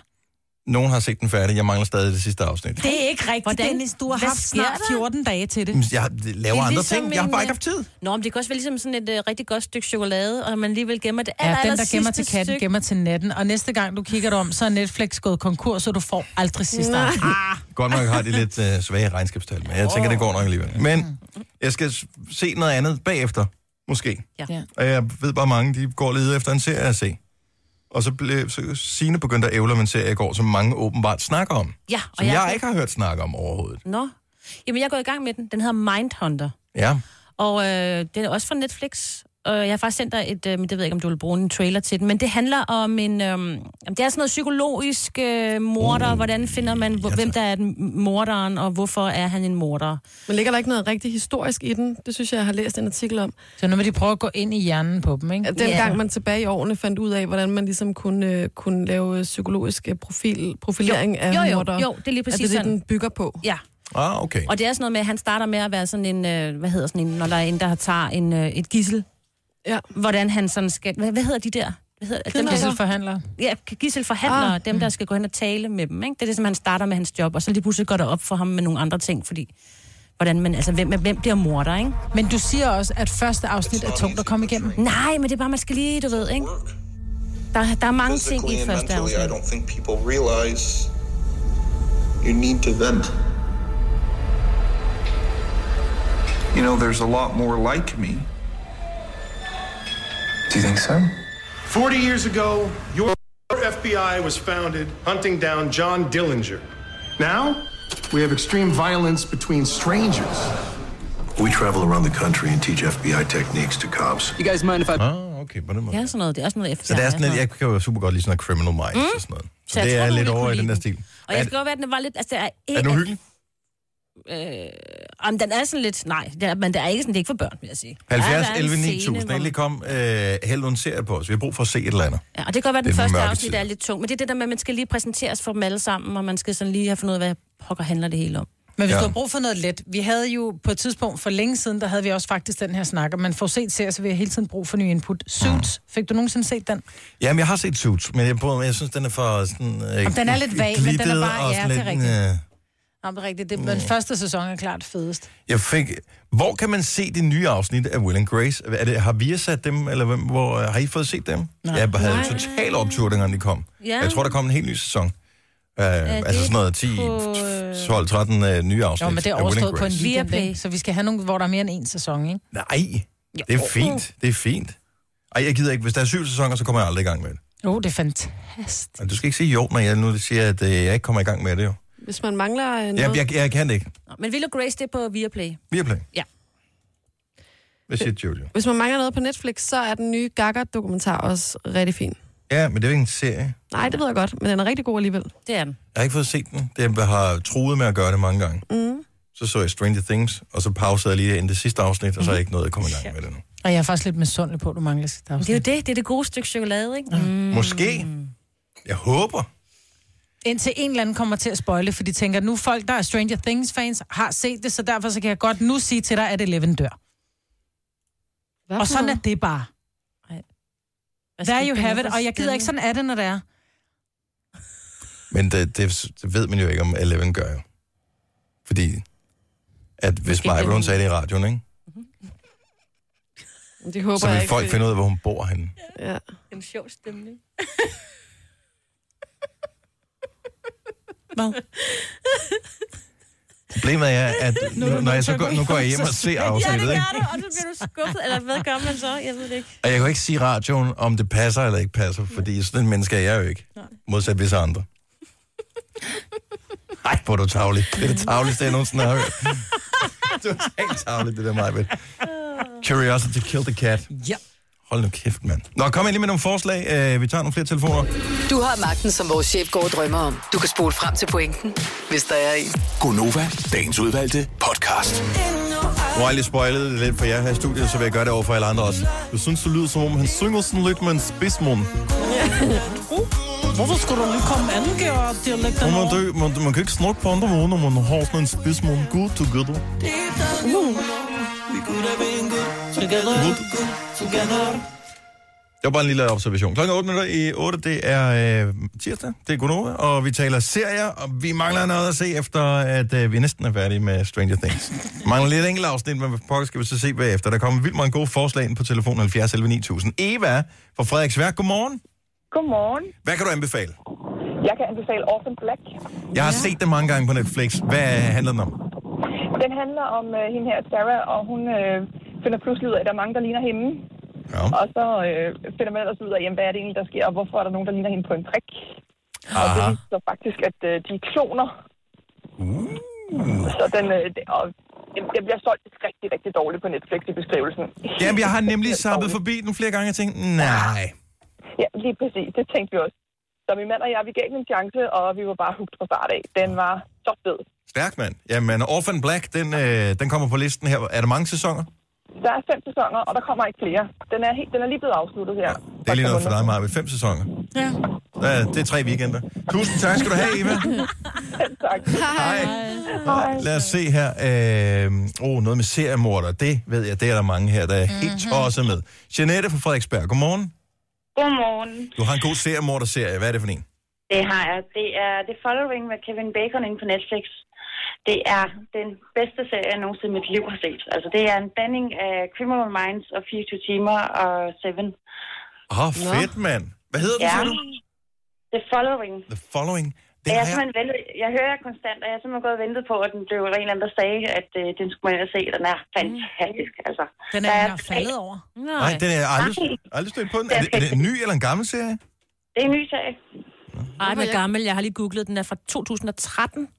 S1: Nogen har set den færdig. Jeg mangler stadig det sidste afsnit.
S2: Det er ikke
S4: Hvordan?
S2: rigtigt, Hvordan? Dennis. Du har
S4: Hvad
S2: haft
S4: sker
S2: snart
S4: der?
S2: 14 dage til det.
S1: Jamen, Jeg laver
S4: Det er
S1: andre
S4: ligesom
S1: ting. Jeg har
S4: en,
S1: bare ikke
S4: øh,
S1: haft tid.
S4: Nå, men det kan også være ligesom sådan et øh, rigtig godt stykke chokolade, og man alligevel gemmer det
S2: Ja,
S4: aller,
S2: den,
S4: aller
S2: der gemmer
S4: sidste
S2: til katten,
S4: stykke.
S2: gemmer til natten. Og næste gang, du kigger dig om, så er Netflix gået konkurs, og du får aldrig sidste
S4: Nej.
S2: aften.
S1: Godt nok har de lidt øh, svage regnskabstal, men jeg tænker, det går nok
S4: Mm.
S1: alligevel. Men jeg skal s- se noget andet bagefter, måske.
S4: Ja.
S1: Og jeg ved bare, mange de går lidt efter en serie at se. Og så blev så Signe begyndt at ævle om en serie i går, som mange åbenbart snakker om.
S4: ja, og
S1: Som jeg, jeg ikke har hørt snakke om overhovedet.
S4: Nå. Jamen, jeg går i gang med den. Den hedder Mindhunter.
S1: Ja.
S4: Og øh, den er også fra Netflix. Og jeg har faktisk sendt dig et, øh, men det ved jeg ikke, om du vil bruge en trailer til den, men det handler om en, øh, det er sådan noget psykologisk øh, morder,
S3: Mm.
S4: hvordan finder man, hvor, hvem
S3: Altså-
S4: der er den morderen, og hvorfor er han en morder.
S3: Men ligger der ikke noget rigtig historisk i den? Det synes jeg, jeg har læst en artikel om.
S2: Så nu vil de prøve at gå ind i hjernen på dem, ikke?
S3: At Dengang man tilbage i årene fandt ud af, hvordan man ligesom kunne, øh, kunne lave psykologisk øh, profil, profilering
S4: Jo,
S3: af
S4: jo, jo,
S3: mordere.
S4: jo, det er lige præcis
S3: at Altså, det, er
S4: sådan.
S3: det den bygger på.
S4: Ja,
S1: Ah, okay.
S4: og det er sådan noget med, at han starter med at være sådan en, øh, hvad hedder sådan en, når der er en, der har tager en, øh, et gissel.
S3: Ja.
S4: Hvordan han sådan skal, hvad, hvad hedder de der? Hvad hedder, dem, der,
S2: Gisselforhandler.
S4: ja, gisselforhandlere, ah. dem der skal gå hen og tale med dem. Ikke? Det er det, som han starter med hans job, og så lige pludselig går der op for ham med nogle andre ting, fordi hvordan man, altså, hvem, hvem bliver morder, ikke?
S2: Men du siger også, at første afsnit er tungt at komme igennem.
S4: Nej, men det er bare, man skal lige, du ved, ikke? Der, der er mange ting i første afsnit.
S11: don't think people realize you need to vent. You know, there's a lot more like me. Do you think so?
S12: 40 years ago, your FBI was founded hunting down John Dillinger. Now, we have extreme violence between strangers.
S13: We travel around the country and teach FBI techniques to cops.
S1: You guys mind if I... Ah, okay, på den måde.
S4: Ja, sådan noget. Det er også noget FBI.
S1: Så det er sådan
S4: noget.
S1: lidt, jeg kan jo super godt lide sådan noget criminal minds mm. og sådan noget.
S4: Så
S1: Så,
S4: jeg
S1: det
S4: tror,
S1: er
S4: du
S1: lidt
S4: ville
S1: over
S4: kunne
S1: i
S4: lide
S1: den der
S4: den.
S1: stil.
S4: Og
S1: Er
S4: jeg
S1: det-
S4: skal godt være, at den var lidt... Altså, der er,
S1: Er den uhyggelig?
S4: Øh, jamen, den er sådan lidt... Nej, det er, men det er ikke sådan, det er ikke for børn, vil jeg sige. Der er- der
S1: 70,
S4: er en
S1: 11,
S4: scene,
S1: 9000.
S4: hvor-
S1: Endelig kom øh, held en serie på os. Vi har brug for at se et eller andet.
S4: Ja, og det kan godt være, at
S1: Det
S4: den
S1: er
S4: første
S1: mørketid.
S4: afsnit er lidt tung, men det er det der med, at man skal lige præsenteres for dem alle sammen, og man skal sådan lige have fundet ud af, hvad pokker handler det hele om.
S2: Men hvis
S4: Ja.
S2: ja. du har brug for noget let, vi havde jo på et tidspunkt for længe siden, der havde vi også faktisk den her snak, og man får set serier, så vi har hele tiden brug for ny input. Suits, fik du nogensinde set den?
S1: Jamen, jeg har set Suits, men jeg, prøver, jeg synes, den er for sådan... Øh,
S2: Jamen, den er lidt vag, men den er
S1: glittet
S2: bare-
S1: og
S2: ja,
S1: sådan
S2: det er
S1: lidt,
S2: rigtigt.
S1: øh,
S2: Nej, det er rigtigt. Det, men første sæson er klart fedest.
S1: Jeg fik... Hvor kan man se det nye afsnit af Will and Grace? Er det, har vi sat dem, eller hvem, hvor, øh, har I fået set dem? Nej. Jeg havde
S4: Nej.
S1: Nej. total optur, dengang de kom.
S4: Ja.
S1: Jeg tror, der kom en helt ny sæson. Uh, altså sådan noget 10,
S2: på, øh,
S1: 12, 13 uh, nye afsnit
S2: Jo, men det er
S1: af Will and
S2: overstået på en
S1: Grace.
S2: weekend, ikke? så vi skal have nogle, hvor der er mere end en sæson, ikke?
S1: Nej, det er fint. Det er fint. Ej, jeg gider ikke. Hvis der er syv sæsoner, så kommer jeg aldrig i gang med det.
S2: Jo, det er fantastisk.
S1: Og Du skal ikke sige jo, når jeg nu siger, at øh, jeg ikke kommer i gang med det jo.
S3: Hvis man mangler øh, noget...
S1: Jeg, jeg, jeg kan det ikke.
S4: Nå, Men Will og Grace, det er på Viaplay.
S1: Viaplay.
S4: Ja.
S1: Hvad siger Jojo?
S3: Hvis man mangler noget på Netflix, så er den nye Gaga-dokumentar også rigtig fin.
S1: Ja, men det er jo ikke en serie.
S3: Nej, det ved jeg godt, men den er rigtig god alligevel.
S4: Det er den.
S1: Jeg har ikke fået set den. Det har troet med at gøre det mange gange.
S3: Mm.
S1: Så så jeg Stranger Things, og så pausede jeg lige inden det sidste afsnit, og så er jeg ikke nået at komme i gang med det nu.
S2: Og jeg er faktisk lidt misundelig på, at du mangler sit
S4: Det er
S2: afsnit.
S4: jo det. Det er det gode stykke chokolade, ikke? Mm.
S1: Måske. Jeg håber.
S2: Indtil en eller anden kommer til at spoile, for de tænker, nu folk, der er Stranger Things-fans, har set det, så derfor så kan jeg godt nu sige til dig, at Eleven dør.
S4: Hvad
S2: og
S4: for
S2: sådan er
S4: noget?
S2: det bare.
S4: skal
S2: There you
S4: den
S2: have it,
S4: for
S2: og jeg gider
S4: stemme?
S2: ikke, sådan er det, når det er.
S1: Men det, det, det ved man jo ikke, om Eleven gør jo. Fordi, at hvis
S3: ikke
S1: Maja, hun
S3: den-
S1: sagde det i radioen, ikke?
S3: Det håber
S1: så
S3: jeg
S1: vil
S3: ikke.
S1: folk finde ud af, hvor hun bor henne.
S3: Ja.
S4: En sjov stemning.
S2: Hvad?
S1: Problemet er, at
S4: Nu
S1: nu,
S4: er du
S1: når
S4: nødt til
S1: jeg så
S4: at
S1: går,
S4: gå
S1: nu går jeg
S4: hjem
S1: hjem og
S4: og
S1: ser
S4: ja, det
S1: afsnittet, ikke?
S4: gør du, og så bliver du skuffet. Eller hvad gør man så? Jeg ved det ikke.
S1: Og jeg kan jo ikke sige i radioen, om det passer eller ikke passer, fordi sådan en menneske er jeg jo ikke. Modsat visse andre. Ej, hvor er du tavlig. Det er det tavligste, jeg nogensinde har hørt. Du er helt tavlig, det der mig. Men. Curiosity killed the cat.
S2: Ja.
S1: Hold nu kæft, mand. Nå, kom ind lige med nogle forslag. Øh, vi tager nogle flere telefoner.
S7: Du har magten, som vores chef går og drømmer om. Du kan spole frem til pointen, hvis der er en.
S5: Gonova, dagens udvalgte podcast.
S1: Nu har jeg lige spoilet det lidt for jer her i studiet, så vil jeg gøre det over for alle andre også. Jeg synes, det lyder som om, han synger sådan lidt med en spidsmund.
S2: Hvorfor skulle du lige komme angiver dialekten
S1: Og man, dø, man, man kan ikke snakke på andre måder, når man har sådan en spidsmund. Good together.
S2: over?
S1: Good. Det var bare en lille observation. Klokken 8 minutter i 8, det er øh, tirsdag, det er Gunova, og vi taler serier, og vi mangler noget at se efter, at øh, vi næsten er færdige med Stranger Things. mangler lidt enkelt afsnit, men hvad pokker skal vi så se bagefter. Der kommer vildt mange gode forslag ind på telefonen 70 11 9000. Eva fra Frederiksværk, godmorgen.
S14: Godmorgen.
S1: Hvad kan du anbefale?
S14: Jeg kan anbefale Orphan Black.
S1: Jeg har set den mange gange på Netflix. Hvad handler den om?
S14: Den handler om øh, hende her, Sarah, og hun øh, finder pludselig ud af, at der er mange, der ligner hende.
S1: Ja.
S14: Og så øh, finder man ellers ud af, jamen, hvad er det egentlig, der sker, og hvorfor er der nogen, der ligner hende på en prik. Og det
S1: Aha.
S14: viser sig faktisk, at øh, de er kloner. Uh. Så den, øh, det- og, jamen, den bliver solgt rigtig, rigtig dårligt på Netflix i beskrivelsen.
S1: Jamen, jeg har nemlig sappet forbi den flere gange og tænkt, nej.
S14: Ja, lige præcis. Det tænkte vi også. Så min mand og jeg, vi gav den en chance, og vi var bare hugt fra start af. Den var så fed.
S1: Stærk, mand. Jamen, Orphan Black, den, øh, den kommer på listen her. Er der mange sæsoner?
S14: Der er fem sæsoner, og der kommer ikke flere. Den er, helt, den er lige blevet afsluttet her.
S1: Det er lige noget for dig, Maja. Fem sæsoner.
S14: Ja.
S1: Ja, det er tre weekender. Tusind tak skal du have, Eva.
S14: tak.
S1: Hej.
S14: Hej.
S1: Lad os se her. Øh, oh, noget med seriemorder. Det ved jeg, det er der mange her, der er helt tosset med. Jeanette fra Frederiksberg, godmorgen.
S15: Godmorgen.
S1: Du har en god seriemorder-serie. Hvad er det for en?
S15: Det har jeg. Det er The Following med Kevin Bacon inde på Netflix. Det er den bedste serie, jeg nogensinde i mit liv har set. Altså, det er en blanding af Criminal Minds og 24 timer og Seven.
S1: Åh, oh, fedt, mand. Hvad hedder den,
S15: ja.
S1: siger du?
S15: The Following.
S1: The Following. Det
S15: Det jeg, er
S1: har jeg...
S15: simpelthen ventet, jeg hører jer konstant, og jeg har simpelthen gået og ventet på, at den blev en eller anden, der sagde, at øh, den skulle man ellers se. Den er fantastisk, altså.
S2: Den er
S15: Der
S2: jeg faldet over.
S1: Mm. Nej, den er jeg aldrig, aldrig stødt på. Den. Er, det, er det en ny eller en gammel serie?
S15: Det er en ny serie.
S4: Ej, den er gammel. Jeg har lige googlet. Den er fra 2013, og
S15: Jeg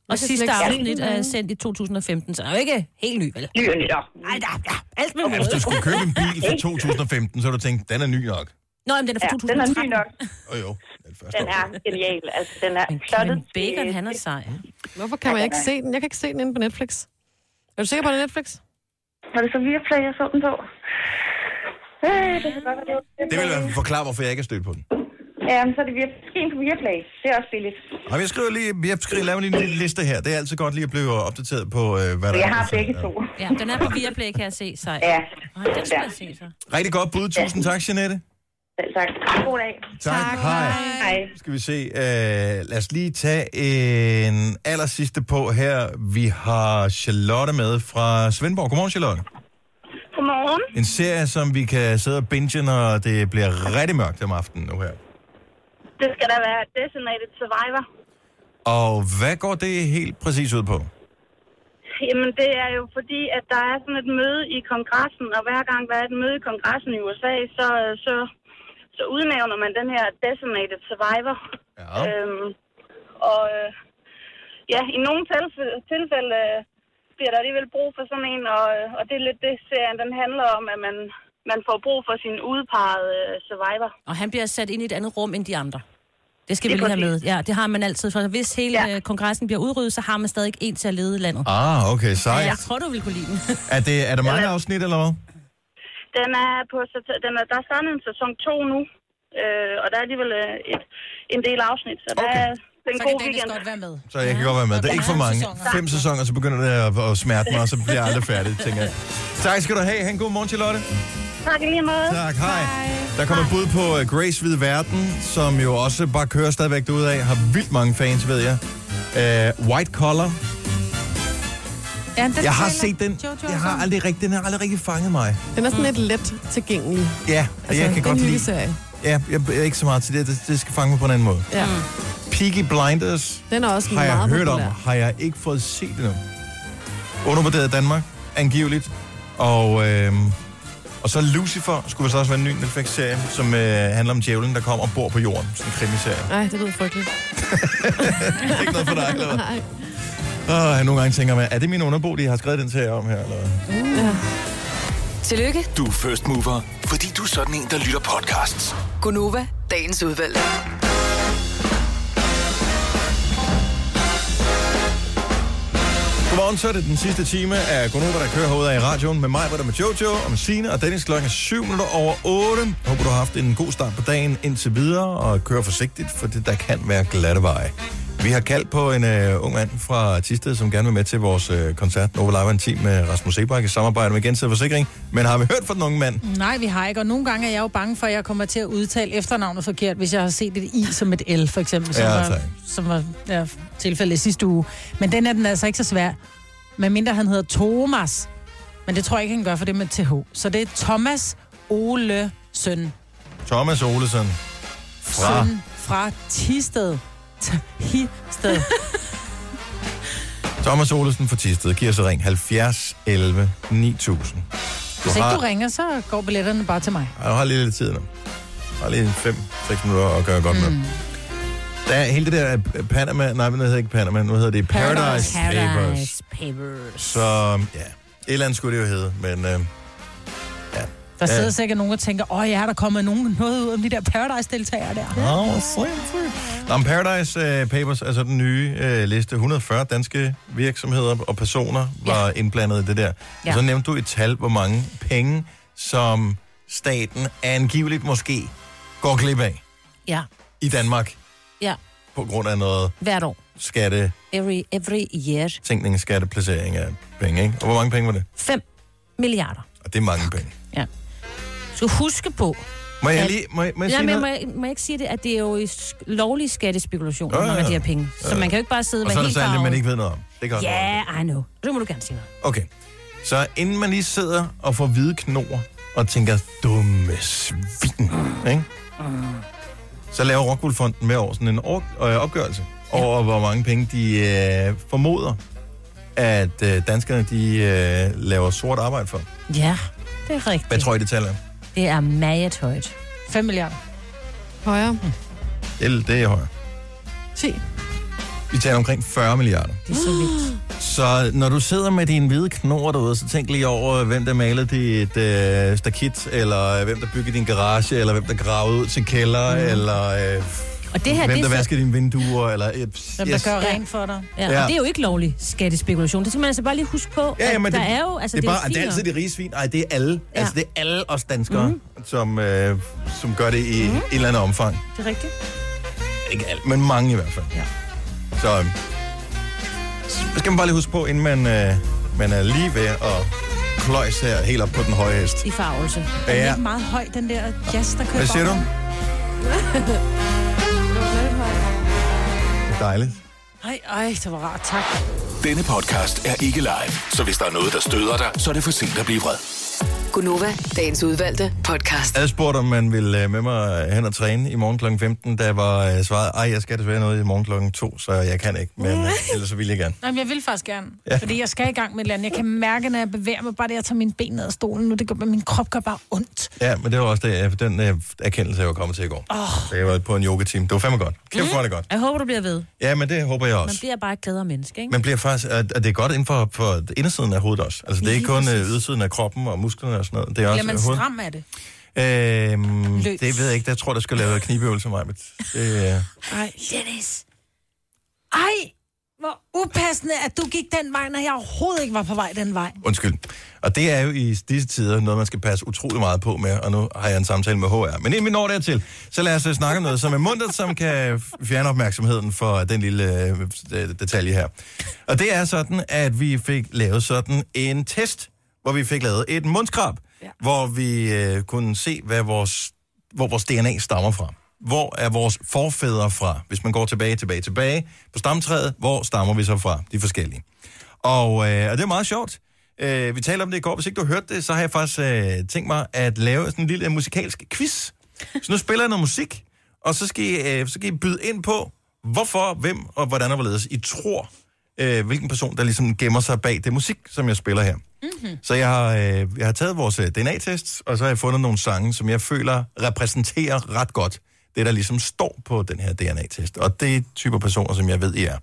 S15: kan
S4: sidste
S15: slet ikke se
S4: afsnit
S15: den.
S4: er sendt i 2015, så den er jo ikke helt ny, vel?
S15: Ny og ny, ja.
S4: Ej, der er alt med
S1: Hvis du skulle købe en bil fra 2015, så ville du tænke, den er ny nok.
S4: Nå, men den er fra
S15: Ja,
S4: 2013.
S15: den er ny nok.
S1: Åh oh, jo.
S15: Den er genial. Altså, den er plottet.
S4: Kevin Bacon, han er sej.
S3: Hvorfor kan man ikke se den? Jeg kan ikke se den inde på Netflix. Er du sikker på, det er Netflix?
S15: Var det så Viaplay, jeg så den på? Øh, det kan godt være, det var
S1: Det vil jeg forklare, hvorfor jeg ikke er stødt på den.
S15: Ja, men så er det via, måske en på Viaplay. Det er også billigt.
S1: Og jeg skriver lige, jeg skriver, laver lige en lille liste her. Det er altid godt lige at blive opdateret på, øh, hvad der
S15: Jeg
S1: er.
S15: har begge to.
S4: Ja, den er på Viaplay, kan jeg se, sej.
S15: Ja.
S4: Ej, den skal jeg se, så.
S1: Rigtig godt bud. Tusind tak, Jeanette.
S15: Selv tak. God dag.
S1: Tak. Tak. Hej.
S15: Hej.
S1: Nu Skal vi se. Øh, lad os lige tage en aller sidste på her. Vi har Charlotte med fra Svendborg. Godmorgen, Charlotte.
S16: Godmorgen.
S1: En serie, som vi kan sidde og binge, når det bliver rigtig mørkt om aftenen nu her.
S16: Det skal da være Designated Survivor.
S1: Og hvad går det helt præcis ud på?
S16: Jamen, det er jo fordi, at der er sådan et møde i kongressen, og hver gang der er et møde i kongressen i USA, så, øh, så, så udnævner man den her Designated Survivor. Ja. Øhm, og øh, ja, i nogle tilfælde, tilfælde øh, bliver der alligevel brug for sådan en, og, øh, og det er lidt det, serien den handler om, at man, man får brug for sin udpegede øh, survivor.
S4: Og han bliver sat ind i et andet rum end de andre. Det skal vi
S16: Det
S4: lige
S16: er
S4: have med. Ja, det har man altid. For hvis hele ja. kongressen bliver udryddet, så har man stadig en til at lede landet.
S1: Ah, okay,
S4: Ja,
S1: sejt.
S4: jeg tror, du vil kunne lide den.
S1: Er, det, er der mange afsnit, eller hvad?
S16: Den er på, sæt- den er, der er startet en sæson 2 nu, øh, og der er alligevel øh, et, en del afsnit, så der okay. er det er en
S2: Så
S16: god
S2: kan Dennis
S16: weekend.
S2: godt være med.
S1: Så jeg kan godt være med. Det er ikke for mange. Fem sæsoner, så begynder det at- at smerte mig, og så bliver jeg aldrig færdig, tænker jeg. Tak skal du have. Ha' en god morgen, Charlotte.
S16: Tak i lige måde.
S1: Tak, hej. Der kommer et bud på øh, Grace Hvide Verden, som jo også bare kører stadigvæk derude af. Har vildt mange fans, ved jeg. Uh, White Collar.
S2: Ja,
S1: Den jeg har set den. Jeg har aldrig rigtig, den har aldrig rigtig fanget mig.
S3: Den er sådan lidt let tilgængelig.
S1: Ja, altså, jeg
S3: en
S1: kan godt lide.
S3: hyggeserie.
S1: Ja, jeg jeg er ikke så meget til det. det. Det skal fange mig på en anden måde.
S3: Ja.
S1: Peaky Blinders
S3: Den er også
S1: har jeg
S3: meget
S1: hørt
S3: populær.
S1: om, har jeg ikke fået set endnu. Undervurderet Danmark, angiveligt. Og, øh, og så Lucifer, skulle vist også være en ny Netflix-serie, som øh, handler om djævlen, der kommer og bor på jorden. Sådan en krimiserie.
S3: Ej, det lyder frygteligt.
S1: ikke noget for dig, eller hvad?
S3: Nej.
S1: Og nogle gange tænker man, er det min underbo, de har skrevet den serie om her? Eller? hvad?
S7: Tillykke,
S5: Du er first mover, fordi du er sådan en, der lytter podcasts.
S7: Gunova, dagens udvalgte.
S1: Godmorgen, så er det den sidste time af Gonova, der kører herude af i radioen med mig, hvor der med Jojo, og med Signe og Dennis klokken er 7 minutter over 8. Håber, du har haft en god start på dagen indtil videre, og kør forsigtigt, for det der kan være glatte veje. Vi har kaldt på en øh, ung mand fra Tisted, som gerne vil med til vores øh, koncert Nova Live and Team med Rasmus Sebak i samarbejde med Gensidig Forsikring. Men har vi hørt fra den unge mand?
S2: Nej, vi har ikke, og nogle gange er jeg jo bange for, at jeg kommer til at udtale efternavnet forkert, hvis jeg har set et I som et L, for eksempel, som
S1: Ja,
S2: var,
S1: tak.
S2: som var ja, tilfældet i sidste uge. Men den er den altså ikke så svær, medmindre han hedder Thomas. Men det tror jeg ikke, han gør, for det er med TH. Så det er Thomas Ole Søn.
S1: Thomas Olesen. Fra.
S2: Søn fra Tisted. Tisted.
S1: Thomas Olesen fra Tisted. Giv os et ring. 70 11 9000.
S2: Hvis Altså, ikke du ringer, så går billetterne bare til mig.
S1: Jeg har lige lidt tid nu. Jeg har lige 5-6 minutter at gøre godt mm. med. Der er hele det der øh, Panama... Nej, men det hedder ikke Panama. Nu hedder det Paradise, Paradise. Papers.
S4: Paradise Papers.
S1: Så ja, et eller andet skulle det jo hedde, men øh, ja.
S2: Der sidder
S1: Øh,
S2: sikkert nogen og tænker, åh ja, der kommer nogen noget ud af de der Paradise-deltagere der.
S1: Nå, Nå, men Paradise øh, Papers, altså den nye øh, liste, 140 danske virksomheder og personer var ja. indblandet i det der. Ja.
S2: Ja.
S1: Og så nævnte du et tal, hvor mange penge, som staten angiveligt måske går glip af
S4: Ja,
S1: i Danmark
S4: ja.
S1: på grund af noget
S4: Hvert år.
S1: skatte
S4: Every, every year.
S1: tænkning, skatteplacering af penge, ikke? Og hvor mange penge var det?
S4: 5 milliarder.
S1: Og det er mange penge.
S4: Ja. Du skal huske på...
S1: Må jeg
S4: at-
S1: lige... Må jeg, må jeg
S4: Nej,
S1: sige
S4: men
S1: noget?
S4: må, jeg, må jeg ikke sige det, at det er jo i sk- lovlige skattespekulationer,
S1: Ja,
S4: ja,
S1: ja,
S4: ja,
S1: ja.
S4: de her penge. Så
S1: Ja.
S4: man kan jo ikke bare sidde og
S1: Og så
S4: være
S1: er der
S4: helt
S1: så alt det, man
S4: farvet.
S1: ikke ved noget om. Det kan også være.
S4: Ja, yeah, I know. Det må du gerne sige noget.
S1: Okay. Så inden man lige sidder og får hvide knor og tænker, dumme svin, ikke? så laver Rockwool Fonden med år sådan en or- øh, opgørelse over, hvor mange penge de øh, formoder, at øh, danskerne de øh, laver sort arbejde for.
S4: Ja, det er rigtigt.
S1: Hvad tror I, det taler?
S4: Det er meget højt.
S2: 5 milliarder.
S3: Højere.
S1: Det, det er højere.
S3: 10.
S1: Vi taler omkring 40 milliarder.
S4: Det er så vildt.
S1: Så når du sidder med dine hvide knor derude, så tænk lige over, hvem der malede dit øh, stakit, eller øh, hvem der byggede din garage, eller hvem der gravede ud til kælder, mm. eller øh,
S4: Og det her,
S1: hvem
S4: det
S1: der
S4: er så-
S1: vaskede dine vinduer, eller... Øh,
S2: Hvem yes. der gør rent for dig.
S4: Ja,
S1: Ja.
S4: Og det er jo ikke lovlig skattespekulation. Det skal man altså bare lige huske på.
S1: Ja, ja,
S4: at
S1: men
S4: der
S1: det,
S4: er jo, altså,
S1: det, er
S4: jo
S1: bare, det er
S4: fint
S1: altid
S4: nok.
S1: de rige svin. Ej, det er alle. Ja.
S4: Ja. Mhm.
S1: Altså, det er alle os danskere, mm. som, øh, som gør det i mm. et eller andet omfang.
S4: Det er rigtigt.
S1: Ikke alle, men mange i hvert fald.
S4: Ja.
S1: Så øh, så skal man bare lige huske på, inden man, øh, man er lige ved at kløjs her helt op på den høje hest.
S4: I farvelse.
S2: Ja. Den er
S1: Ja.
S2: ikke meget høj, den der jazz, der kører
S1: Hvad siger du? Dejligt.
S2: Ej, ej, det var rart. Tak.
S5: Denne podcast er ikke live, så hvis der er noget, der støder dig, så er det for sent at blive vred.
S7: Gunova, dagens udvalgte podcast.
S1: Jeg spurgte, om man ville øh, med mig hen og træne i morgen kl. 15. Der var øh, svaret, ej, jeg skal desværre noget i morgen kl. 2, så jeg kan ikke, men øh, ellers så vil jeg gerne.
S2: Nej, men jeg vil faktisk gerne,
S1: Ja.
S2: ja. fordi jeg skal i gang med et eller andet. Jeg kan mærke, når jeg bevæger mig, bare det, at jeg tager mine ben ned af stolen nu, det gør, min krop gør bare ondt.
S1: Ja, men det var også det, øh, den øh, erkendelse, jeg var kommet til i går. Oh. Jeg var på en yoga-team. Det var fandme godt. Kæft, hvor var det godt.
S4: Jeg håber, du bliver ved.
S1: Ja, men det håber jeg
S4: Mm. Man
S1: også.
S4: bliver bare et gladere menneske, ikke?
S1: Man bliver faktisk, at at det er godt inden for, for indersiden af hovedet også. Altså, det er ikke kun øh, ydersiden af kroppen og musklerne og sådan noget. Det er også
S2: Bliver man
S1: øh, hovedet.
S2: stram af det?
S1: Øhm,
S2: Løs.
S1: det ved jeg ikke. Jeg tror, der skal lave knibeøvelser mig. Men det, øh,
S2: Ej. Dennis. Ej, hvor upassende, at du gik den vej, når jeg overhovedet ikke var på vej den vej.
S1: Undskyld. Og det er jo i disse tider noget, man skal passe utrolig meget på med, og nu har jeg en samtale med HR. Men inden vi når dertil, så lad os øh, snakke om noget, som er mundtet, som kan f- fjerne opmærksomheden for den lille øh, øh, detalje her. Og det er sådan, at vi fik lavet sådan en test, hvor vi fik lavet et mundskrab, ja. hvor vi øh, kunne se, hvad vores, hvor vores DNA stammer fra. Hvor er vores forfædre fra? Hvis man går tilbage, tilbage, tilbage på stamtræet, hvor stammer vi så fra? De forskellige. Og, øh, og det er meget sjovt. Øh, vi talte om det i går. Hvis ikke du hørte det, så har jeg faktisk øh, tænkt mig at lave sådan en lille musikalsk quiz. Så nu spiller jeg noget musik, og så skal, I, øh, så skal I byde ind på, hvorfor, hvem og hvordan og hvorledes I tror, øh, hvilken person, der ligesom gemmer sig bag det musik, som jeg spiller her. Mm-hmm. Så jeg har, øh, jeg har taget vores DNA-test, og så har jeg fundet nogle sange, som jeg føler repræsenterer ret godt det, der ligesom står på den her DNA-test. Og det er typer personer, som jeg ved, I er.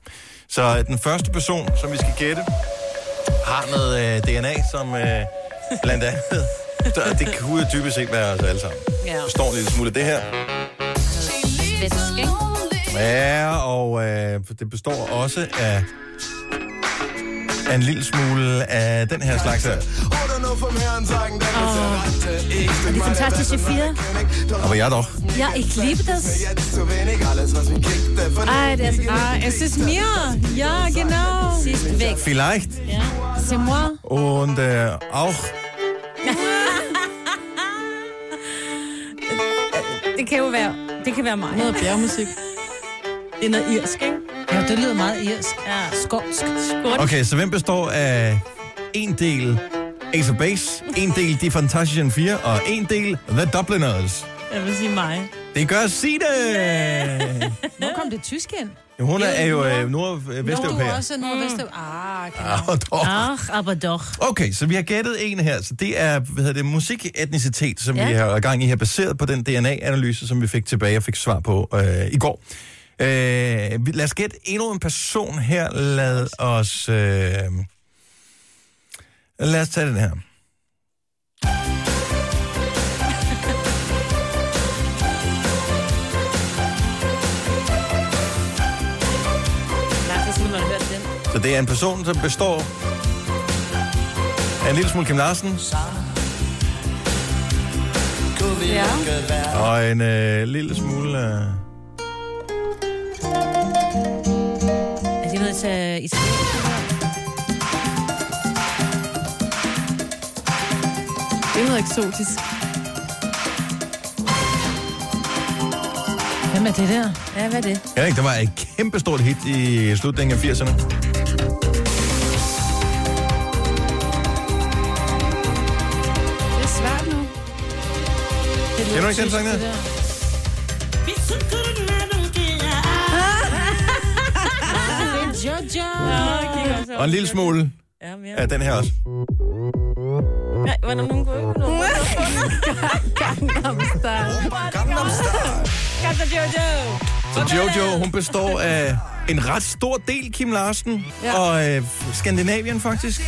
S1: Så øh, den første person, som vi skal gætte, har noget øh, DNA, som øh, blandt andet... Så det kunne jo dybest set være os alle sammen.
S4: Ja.
S1: Der står en lille smule af det her.
S4: Svensk, ikke?
S1: Ja, og øh, det består også af af en lille smule af den her slags her.
S4: Og de fantastiske fire.
S1: Aber ja doch.
S4: Ja, ich liebe das.
S2: Ah, das, ah, es ist mir. Ja, genau. Sie
S4: ist weg.
S1: Vielleicht.
S2: Ja. C'est moi.
S1: Und äh, auch
S4: Det kan jo være, det kan være mig.
S3: Noget bjergmusik.
S4: Det er noget irsk, ikke?
S2: Ja, det lyder meget irsk. Ja. Skotsk.
S1: Okay, så hvem består af en del Ace of Base, en del De Fantasian 4 og en del The Dubliners?
S2: Jeg vil sige mig.
S1: Det gør Sine! Yeah.
S2: Hvor kom det tysk ind?
S1: Hun er jo øh, nordvesteuropæer.
S2: Du er også nordvesteuropæer. Ah, kan
S1: Ah, dog.
S4: Ach, aber doch.
S1: Okay, så vi har gættet en her. Så det er, hvad hedder det, musiketnicitet, som ja. vi
S4: Ja.
S1: har gang i her, baseret på den DNA-analyse, som vi fik tilbage og fik svar på øh, i går. Øh, vi- lad os gætte endnu en person her. Lad os... Øh, lad os tage den her.
S4: Nej, det er sådan, man har hørt den.
S1: Så det er en person, som består af en lille smule Kim Larsen
S4: Ja.
S1: og en øh, lille smule... Øh,
S4: Er det noget til italiensk?
S3: Det er noget eksotisk.
S2: Hvem er det der?
S4: Ja, hvad er det?
S1: jeg ved ikke, der var et kæmpestort hit i slutningen af 80'erne.
S3: Det er svært nu.
S1: Kender du ikke den sang der?
S2: Det er Jojo.
S1: Og en lille smule af den her også.
S4: Nej, var der nogen gode?
S3: Gangnam Style.
S1: Gangnam Style.
S4: Kaffe Jojo.
S1: Så Jojo, hun består af en ret stor del Kim Larsen ja.
S3: Ja.
S1: og øh, Skandinavien faktisk.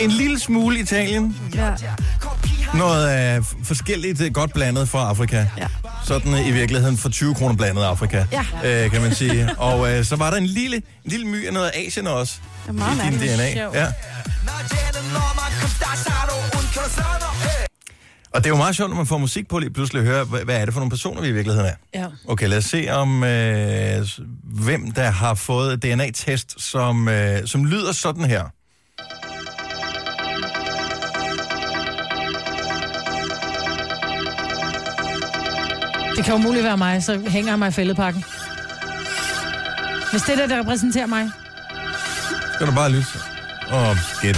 S1: En lille smule Italien.
S3: Ja.
S1: Noget øh, f- forskelligt øh, godt blandet fra Afrika. Ja. Sådan øh, i virkeligheden for 20 kroner blandet Afrika,
S3: Ja.
S1: øh, kan man sige. Og øh, så var der en lille, en lille my af noget Asien også.
S3: er meget
S1: i din
S3: mærkeligt.
S1: DNA.
S3: Sjovt.
S1: Ja. Og det er jo meget sjovt, når man får musik på lige pludselig at høre, hvad, hvad er det for nogle personer, vi i virkeligheden er.
S2: Ja.
S1: Okay, lad os se om, øh, s- hvem der har fået DNA-test, som, øh, som lyder sådan her.
S2: Det kan umuligt være mig, så hænger jeg mig i fældepakken. Hvis det er det, der repræsenterer mig.
S1: Skal du bare lytte? Åh, oh, gæt.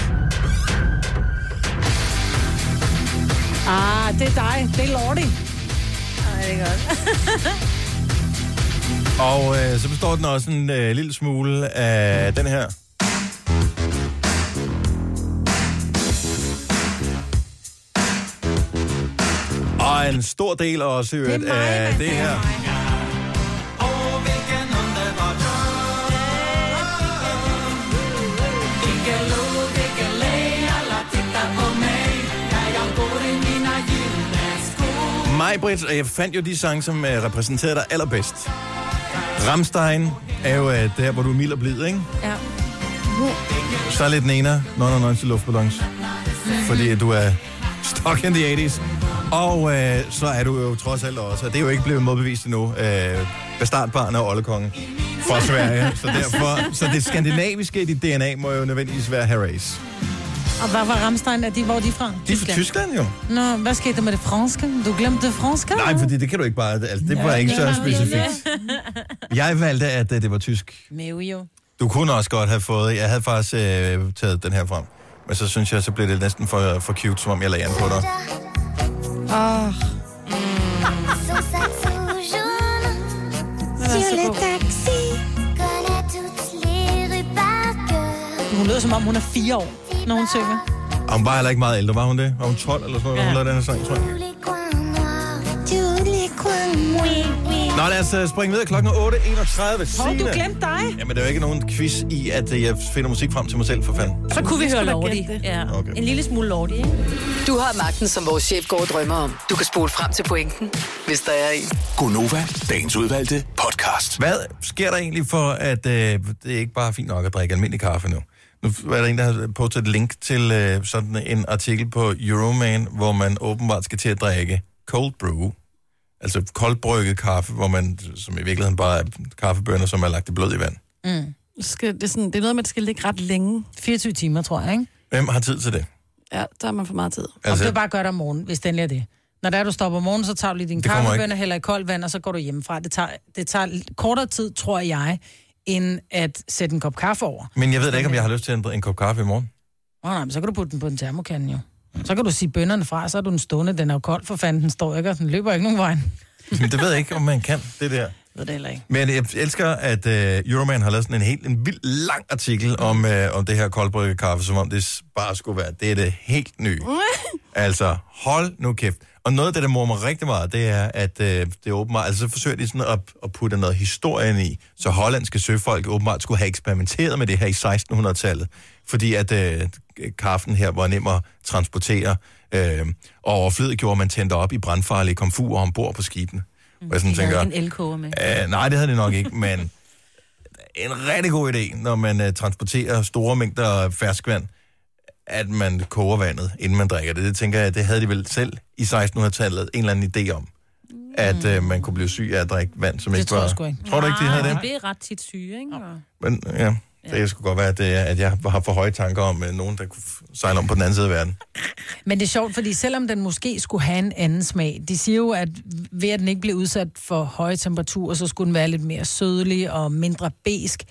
S2: Ah, det er dig. Det er Lordi.
S4: Nej, det er godt.
S1: Og øh, så består den også en øh, lille smule af den her. Og en stor del er også i øvrigt af det her. Mig, Britt, og jeg fandt jo de sange, som øh, repræsenterede dig allerbedst. Ramstein er jo øh, der, hvor du er mild og blid, ikke?
S2: Ja.
S1: Så lidt den ene, no, no, no, til luftballons. Fordi du er stuck in the 80s. Og øh, så er du jo trods alt også, og det er jo ikke blevet modbevist endnu, øh, bastardbarn og oldekongen fra Sverige. Så derfor, så det skandinaviske i dit DNA må jo nødvendigvis være Harrys.
S2: Og hvad var Ramstein? Er de, hvor er de fra?
S1: De er fra Tyskland jo.
S2: Nå, hvad skete der med det franske? Du glemte det franske?
S1: Nej, fordi det kan du ikke bare, altså, det var ikke så specifikt. Jeg valgte, at øh, det var tysk.
S2: Mæve jo.
S1: Du kunne også godt have fået, jeg havde faktisk øh, taget den her frem. Men så synes jeg, så blev det næsten for, for cute, som om jeg lagde an på dig.
S3: Åh.
S2: Hun lyder som om, hun er fire år, når hun synger.
S1: Og hun var heller ikke meget ældre, var hun det? Var hun 12 eller sådan noget, ja. hun lavede den her sang, tror jeg. Nå, lad os øh, springe videre klokken er 8.31.
S2: Hov,
S1: Signe.
S2: du glemte dig.
S1: Jamen, der er jo ikke nogen quiz i, at øh, jeg finder musik frem til mig selv, for fanden.
S4: Så kunne vi høre Lordi. Ja.
S1: Okay.
S4: En lille smule Lordi, ikke?
S7: Du har magten, som vores chef går og drømmer om. Du kan spole frem til pointen, hvis der er en.
S5: Gonova, dagens udvalgte podcast.
S1: Hvad sker der egentlig for, at øh, det er ikke bare fint nok at drikke almindelig kaffe nu? Nu f- er der en, der har postet et link til øh, sådan en artikel på Euroman, hvor man åbenbart skal til at drikke cold brew. Altså koldbrygget kaffe, hvor man, som i virkeligheden bare er kaffebønner, som er lagt i blød i vand.
S2: Mm.
S3: Skal, det, er sådan, det er noget med, at det skal ligge ret længe.
S2: 24 timer, tror jeg, ikke?
S1: Hvem har tid til det?
S3: Ja, der har man for meget tid.
S2: Altså,
S1: Altså-
S2: og det er bare godt om morgenen, hvis den er det. Når der er, du stopper om morgenen, så tager du lige din
S1: Det kommer
S2: kaffebønne,
S1: ikke-
S2: hælder i koldt vand, og så går du hjemmefra. Det tager, det tager l- kortere tid, tror jeg, end at sætte en kop kaffe over.
S1: Men jeg ved da ikke, om jeg har lyst til at ændre en kop kaffe i morgen.
S2: Åh oh, nej, men så kan du putte den på en termokande jo. Så kan du sige bønderne fra, så er du den stående. Den er jo kold for fanden, den står ikke, og den løber ikke nogen vej.
S1: Men det ved jeg ikke, om man kan, det der.
S2: Ved det heller ikke.
S1: Men jeg elsker, at øh, Euroman har lavet sådan en helt en vild lang artikel om, øh, om det her koldbrygget kaffe, som om det s- bare skulle være, det er det helt nye. Altså, hold nu kæft. Og noget af det, der mormer mig rigtig meget, det er, at øh, det er åbenbart, altså så forsøger de sådan at, at putte noget historie ind i, så hollandske søfolk åbenbart skulle have eksperimenteret med det her i 1600-tallet, fordi at øh, kaffen her var nem at transportere, øh, og overflødet gjorde, at man tændte op i brandfarlige komfurer ombord på skibene. Og jeg sådan
S4: Jeg havde
S1: tænker,
S4: en elkoger med.
S1: Uh, nej, det havde det nok ikke, men en rigtig god idé, når man uh, transporterer store mængder ferskvand, at man koger vandet, inden man drikker det. Det tænker jeg, det havde de vel selv i 1600-tallet en eller anden idé om, at uh, man kunne blive syg af at drikke vand, som ikke
S4: tror
S1: var...
S4: jeg sgu ikke.
S1: Tror du ikke, de havde
S4: Nej,
S1: det?
S4: de blev Ah, ret tit syge, ikke? Og-
S1: Men, ja, det ja. skulle godt være, at, det, er, at jeg har for høje tanker om uh, nogen, der kunne f- sejle om på den anden side af verden.
S2: Men det er sjovt, fordi selvom den måske skulle have en anden smag, de siger jo, at ved at den ikke bliver udsat for høje temperaturer, så skulle den være lidt mere sødlig og mindre besk.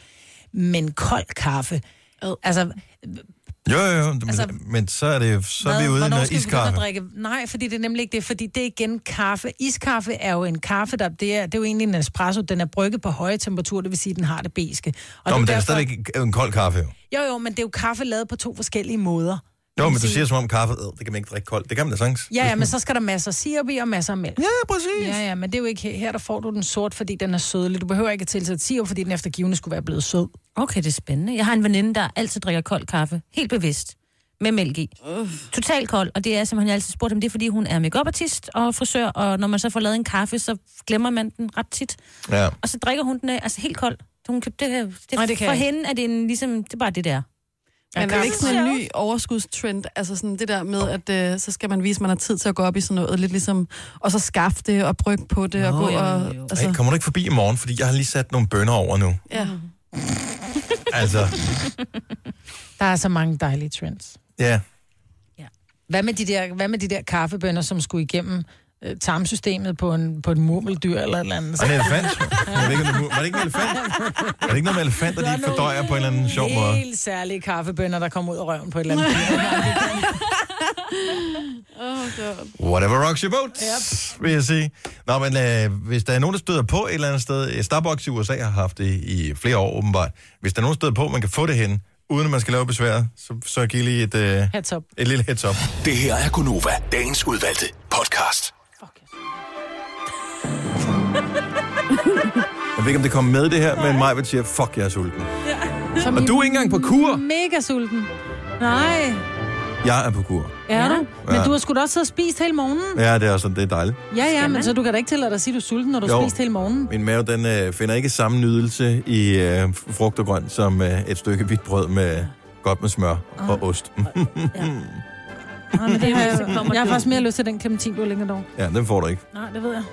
S2: Men kold kaffe, altså,
S1: Jo, jo, jo, men,
S2: Altså,
S1: altså, men så er, det, så er vi ude i
S2: hvornår
S1: noget
S2: skal vi begynde at
S1: iskaffe.
S2: drikke? Nej, fordi det er nemlig ikke det, fordi det er igen kaffe. Iskaffe er jo en kaffe, der, det, er, det er jo egentlig en espresso, den er brygget på høje temperaturer, det vil sige, at den har det beske. Og
S1: Nå,
S2: det
S1: men det
S2: er
S1: er
S2: derfor-
S1: stadigvæk en kold kaffe, jo.
S2: Jo, jo, men det er jo kaffe lavet på to forskellige måder.
S1: Jo, men du siger som om kaffe, øh, det kan man ikke drikke koldt. Det kan man da sagtens.
S2: Ja, ja, men så skal der masser af sirup i og masser af mælk. Ja,
S1: præcis.
S2: Ja, ja, men det er jo ikke her, her der får du den sort, fordi den er sødlig. Du behøver ikke at tilsætte sirup, fordi den efter givende skulle være blevet sød.
S4: Okay, det er spændende. Jeg har en veninde, der altid drikker kold kaffe. Helt bevidst. Med mælk i. Uh. Totalt kold. Og det er, som han altid spurgte om, det er, fordi hun er make artist og frisør. Og når man så får lavet en kaffe, så glemmer man den ret tit.
S1: Ja.
S4: Og så drikker hun den af, altså helt kold. Så Hun købte det, her- det,
S3: Nej,
S4: Nej,
S3: det
S4: det
S3: kan
S4: for
S3: jeg
S4: hende er det en, ligesom, det er bare det der.
S3: Men er det ikke sådan en ny overskudstrend? Altså sådan det der med, at øh, så skal man vise, at man har tid til at gå op i sådan noget, lidt ligesom, og så skaffe det og brygge på det og gå og...
S1: Altså... Hey, kommer du ikke forbi i morgen, fordi jeg har lige sat nogle bønner over nu.
S3: Ja.
S1: Altså,
S2: Der er så mange dejlige trends.
S1: ja.
S2: Hvad med de der, hvad med de der kaffebønder, som skulle igennem øh, tarmsystemet på, en, på et murmeldyr eller et eller andet?
S1: Og en elefant. Jeg ved ikke, om det er mu- Var det ikke en elefant? Var det ikke noget med elefanter, de ikke fordøjer på en eller anden sjov måde?
S2: Helt særlige kaffebønder, der kommer ud af røven på et eller andet. dyr.
S1: Whatever rocks your boat, yep. vil jeg sige. Nå, men øh, hvis der er nogen, der støder på et eller andet sted, øh, Starbucks i USA har haft det i flere år åbenbart. Hvis der er nogen, der støder på, man kan få det hen, uden at man skal lave besvær, så, så giv lige et, øh,
S2: Heads up.
S1: et lille heads up.
S5: Det her er Gunova, dagens udvalgte podcast.
S1: Jeg ved ikke, om det kom med det her, men mig vil sige, fuck, jeg er sulten.
S2: Som
S1: Og
S2: i
S1: du er ikke engang på kur.
S2: Mega sulten. Nej,
S1: Jeg er på kur.
S2: er du? Men
S1: Ja.
S2: du har sgu da også siddet og spist hele morgenen.
S1: Ja, det er også det er dejligt.
S2: Ja, ja, men så du kan da ikke tillade dig at sige, at du er sulten, når du har
S1: Jo.
S2: spist hele morgenen.
S1: Min mave, den øh, finder ikke samme nydelse i øh, frugt og grønt som øh, et stykke hvidt brød med godt med smør
S2: Ah.
S1: og ost. Mm.
S2: Nej, men det har
S4: Så
S2: jeg,
S4: kommer
S2: jeg har
S4: du.
S2: faktisk mere lyst til den clementin, du har længere dog.
S1: ja, den får du ikke.
S2: Nej, det ved jeg.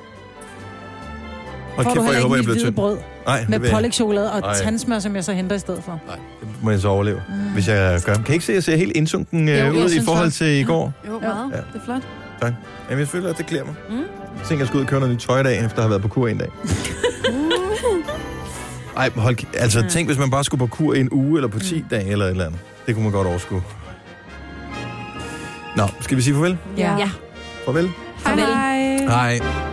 S1: Hold
S2: Får
S1: kæft,
S2: du
S1: hvor
S2: heller
S1: jeg håber,
S2: ikke mit
S1: jeg bliver
S2: hvide
S1: tynd.
S2: brød
S1: Nej, det vil
S2: med
S1: jeg
S2: pålægchokolade
S1: Ej.
S2: og tandsmør, som jeg så henter i stedet for. Nej.
S1: Må jeg så overleve, mm. hvis jeg gør. Kan I ikke se, at jeg ser helt indsunken
S2: Jo,
S1: øh,
S2: jeg
S1: ud i
S2: synes
S1: forhold
S2: også.
S1: til i går?
S3: Jo, meget.
S1: Ja.
S3: Det er flot.
S1: Tak. Jamen, jeg føler, at det klæder mig. Mm. Jeg tænker, jeg skal ud og købe noget nyt tøj i dag, efter at have været på kur en dag.
S2: Mm.
S3: Mm.
S1: Ej, men hold kæ- Altså, tænk, hvis man bare skulle på kur i en uge, eller på 10 dage, eller et eller andet. Det kunne man godt overskue. Nå, skal vi sige farvel?
S3: Ja.
S1: Farvel.
S3: Hej.
S1: Hej.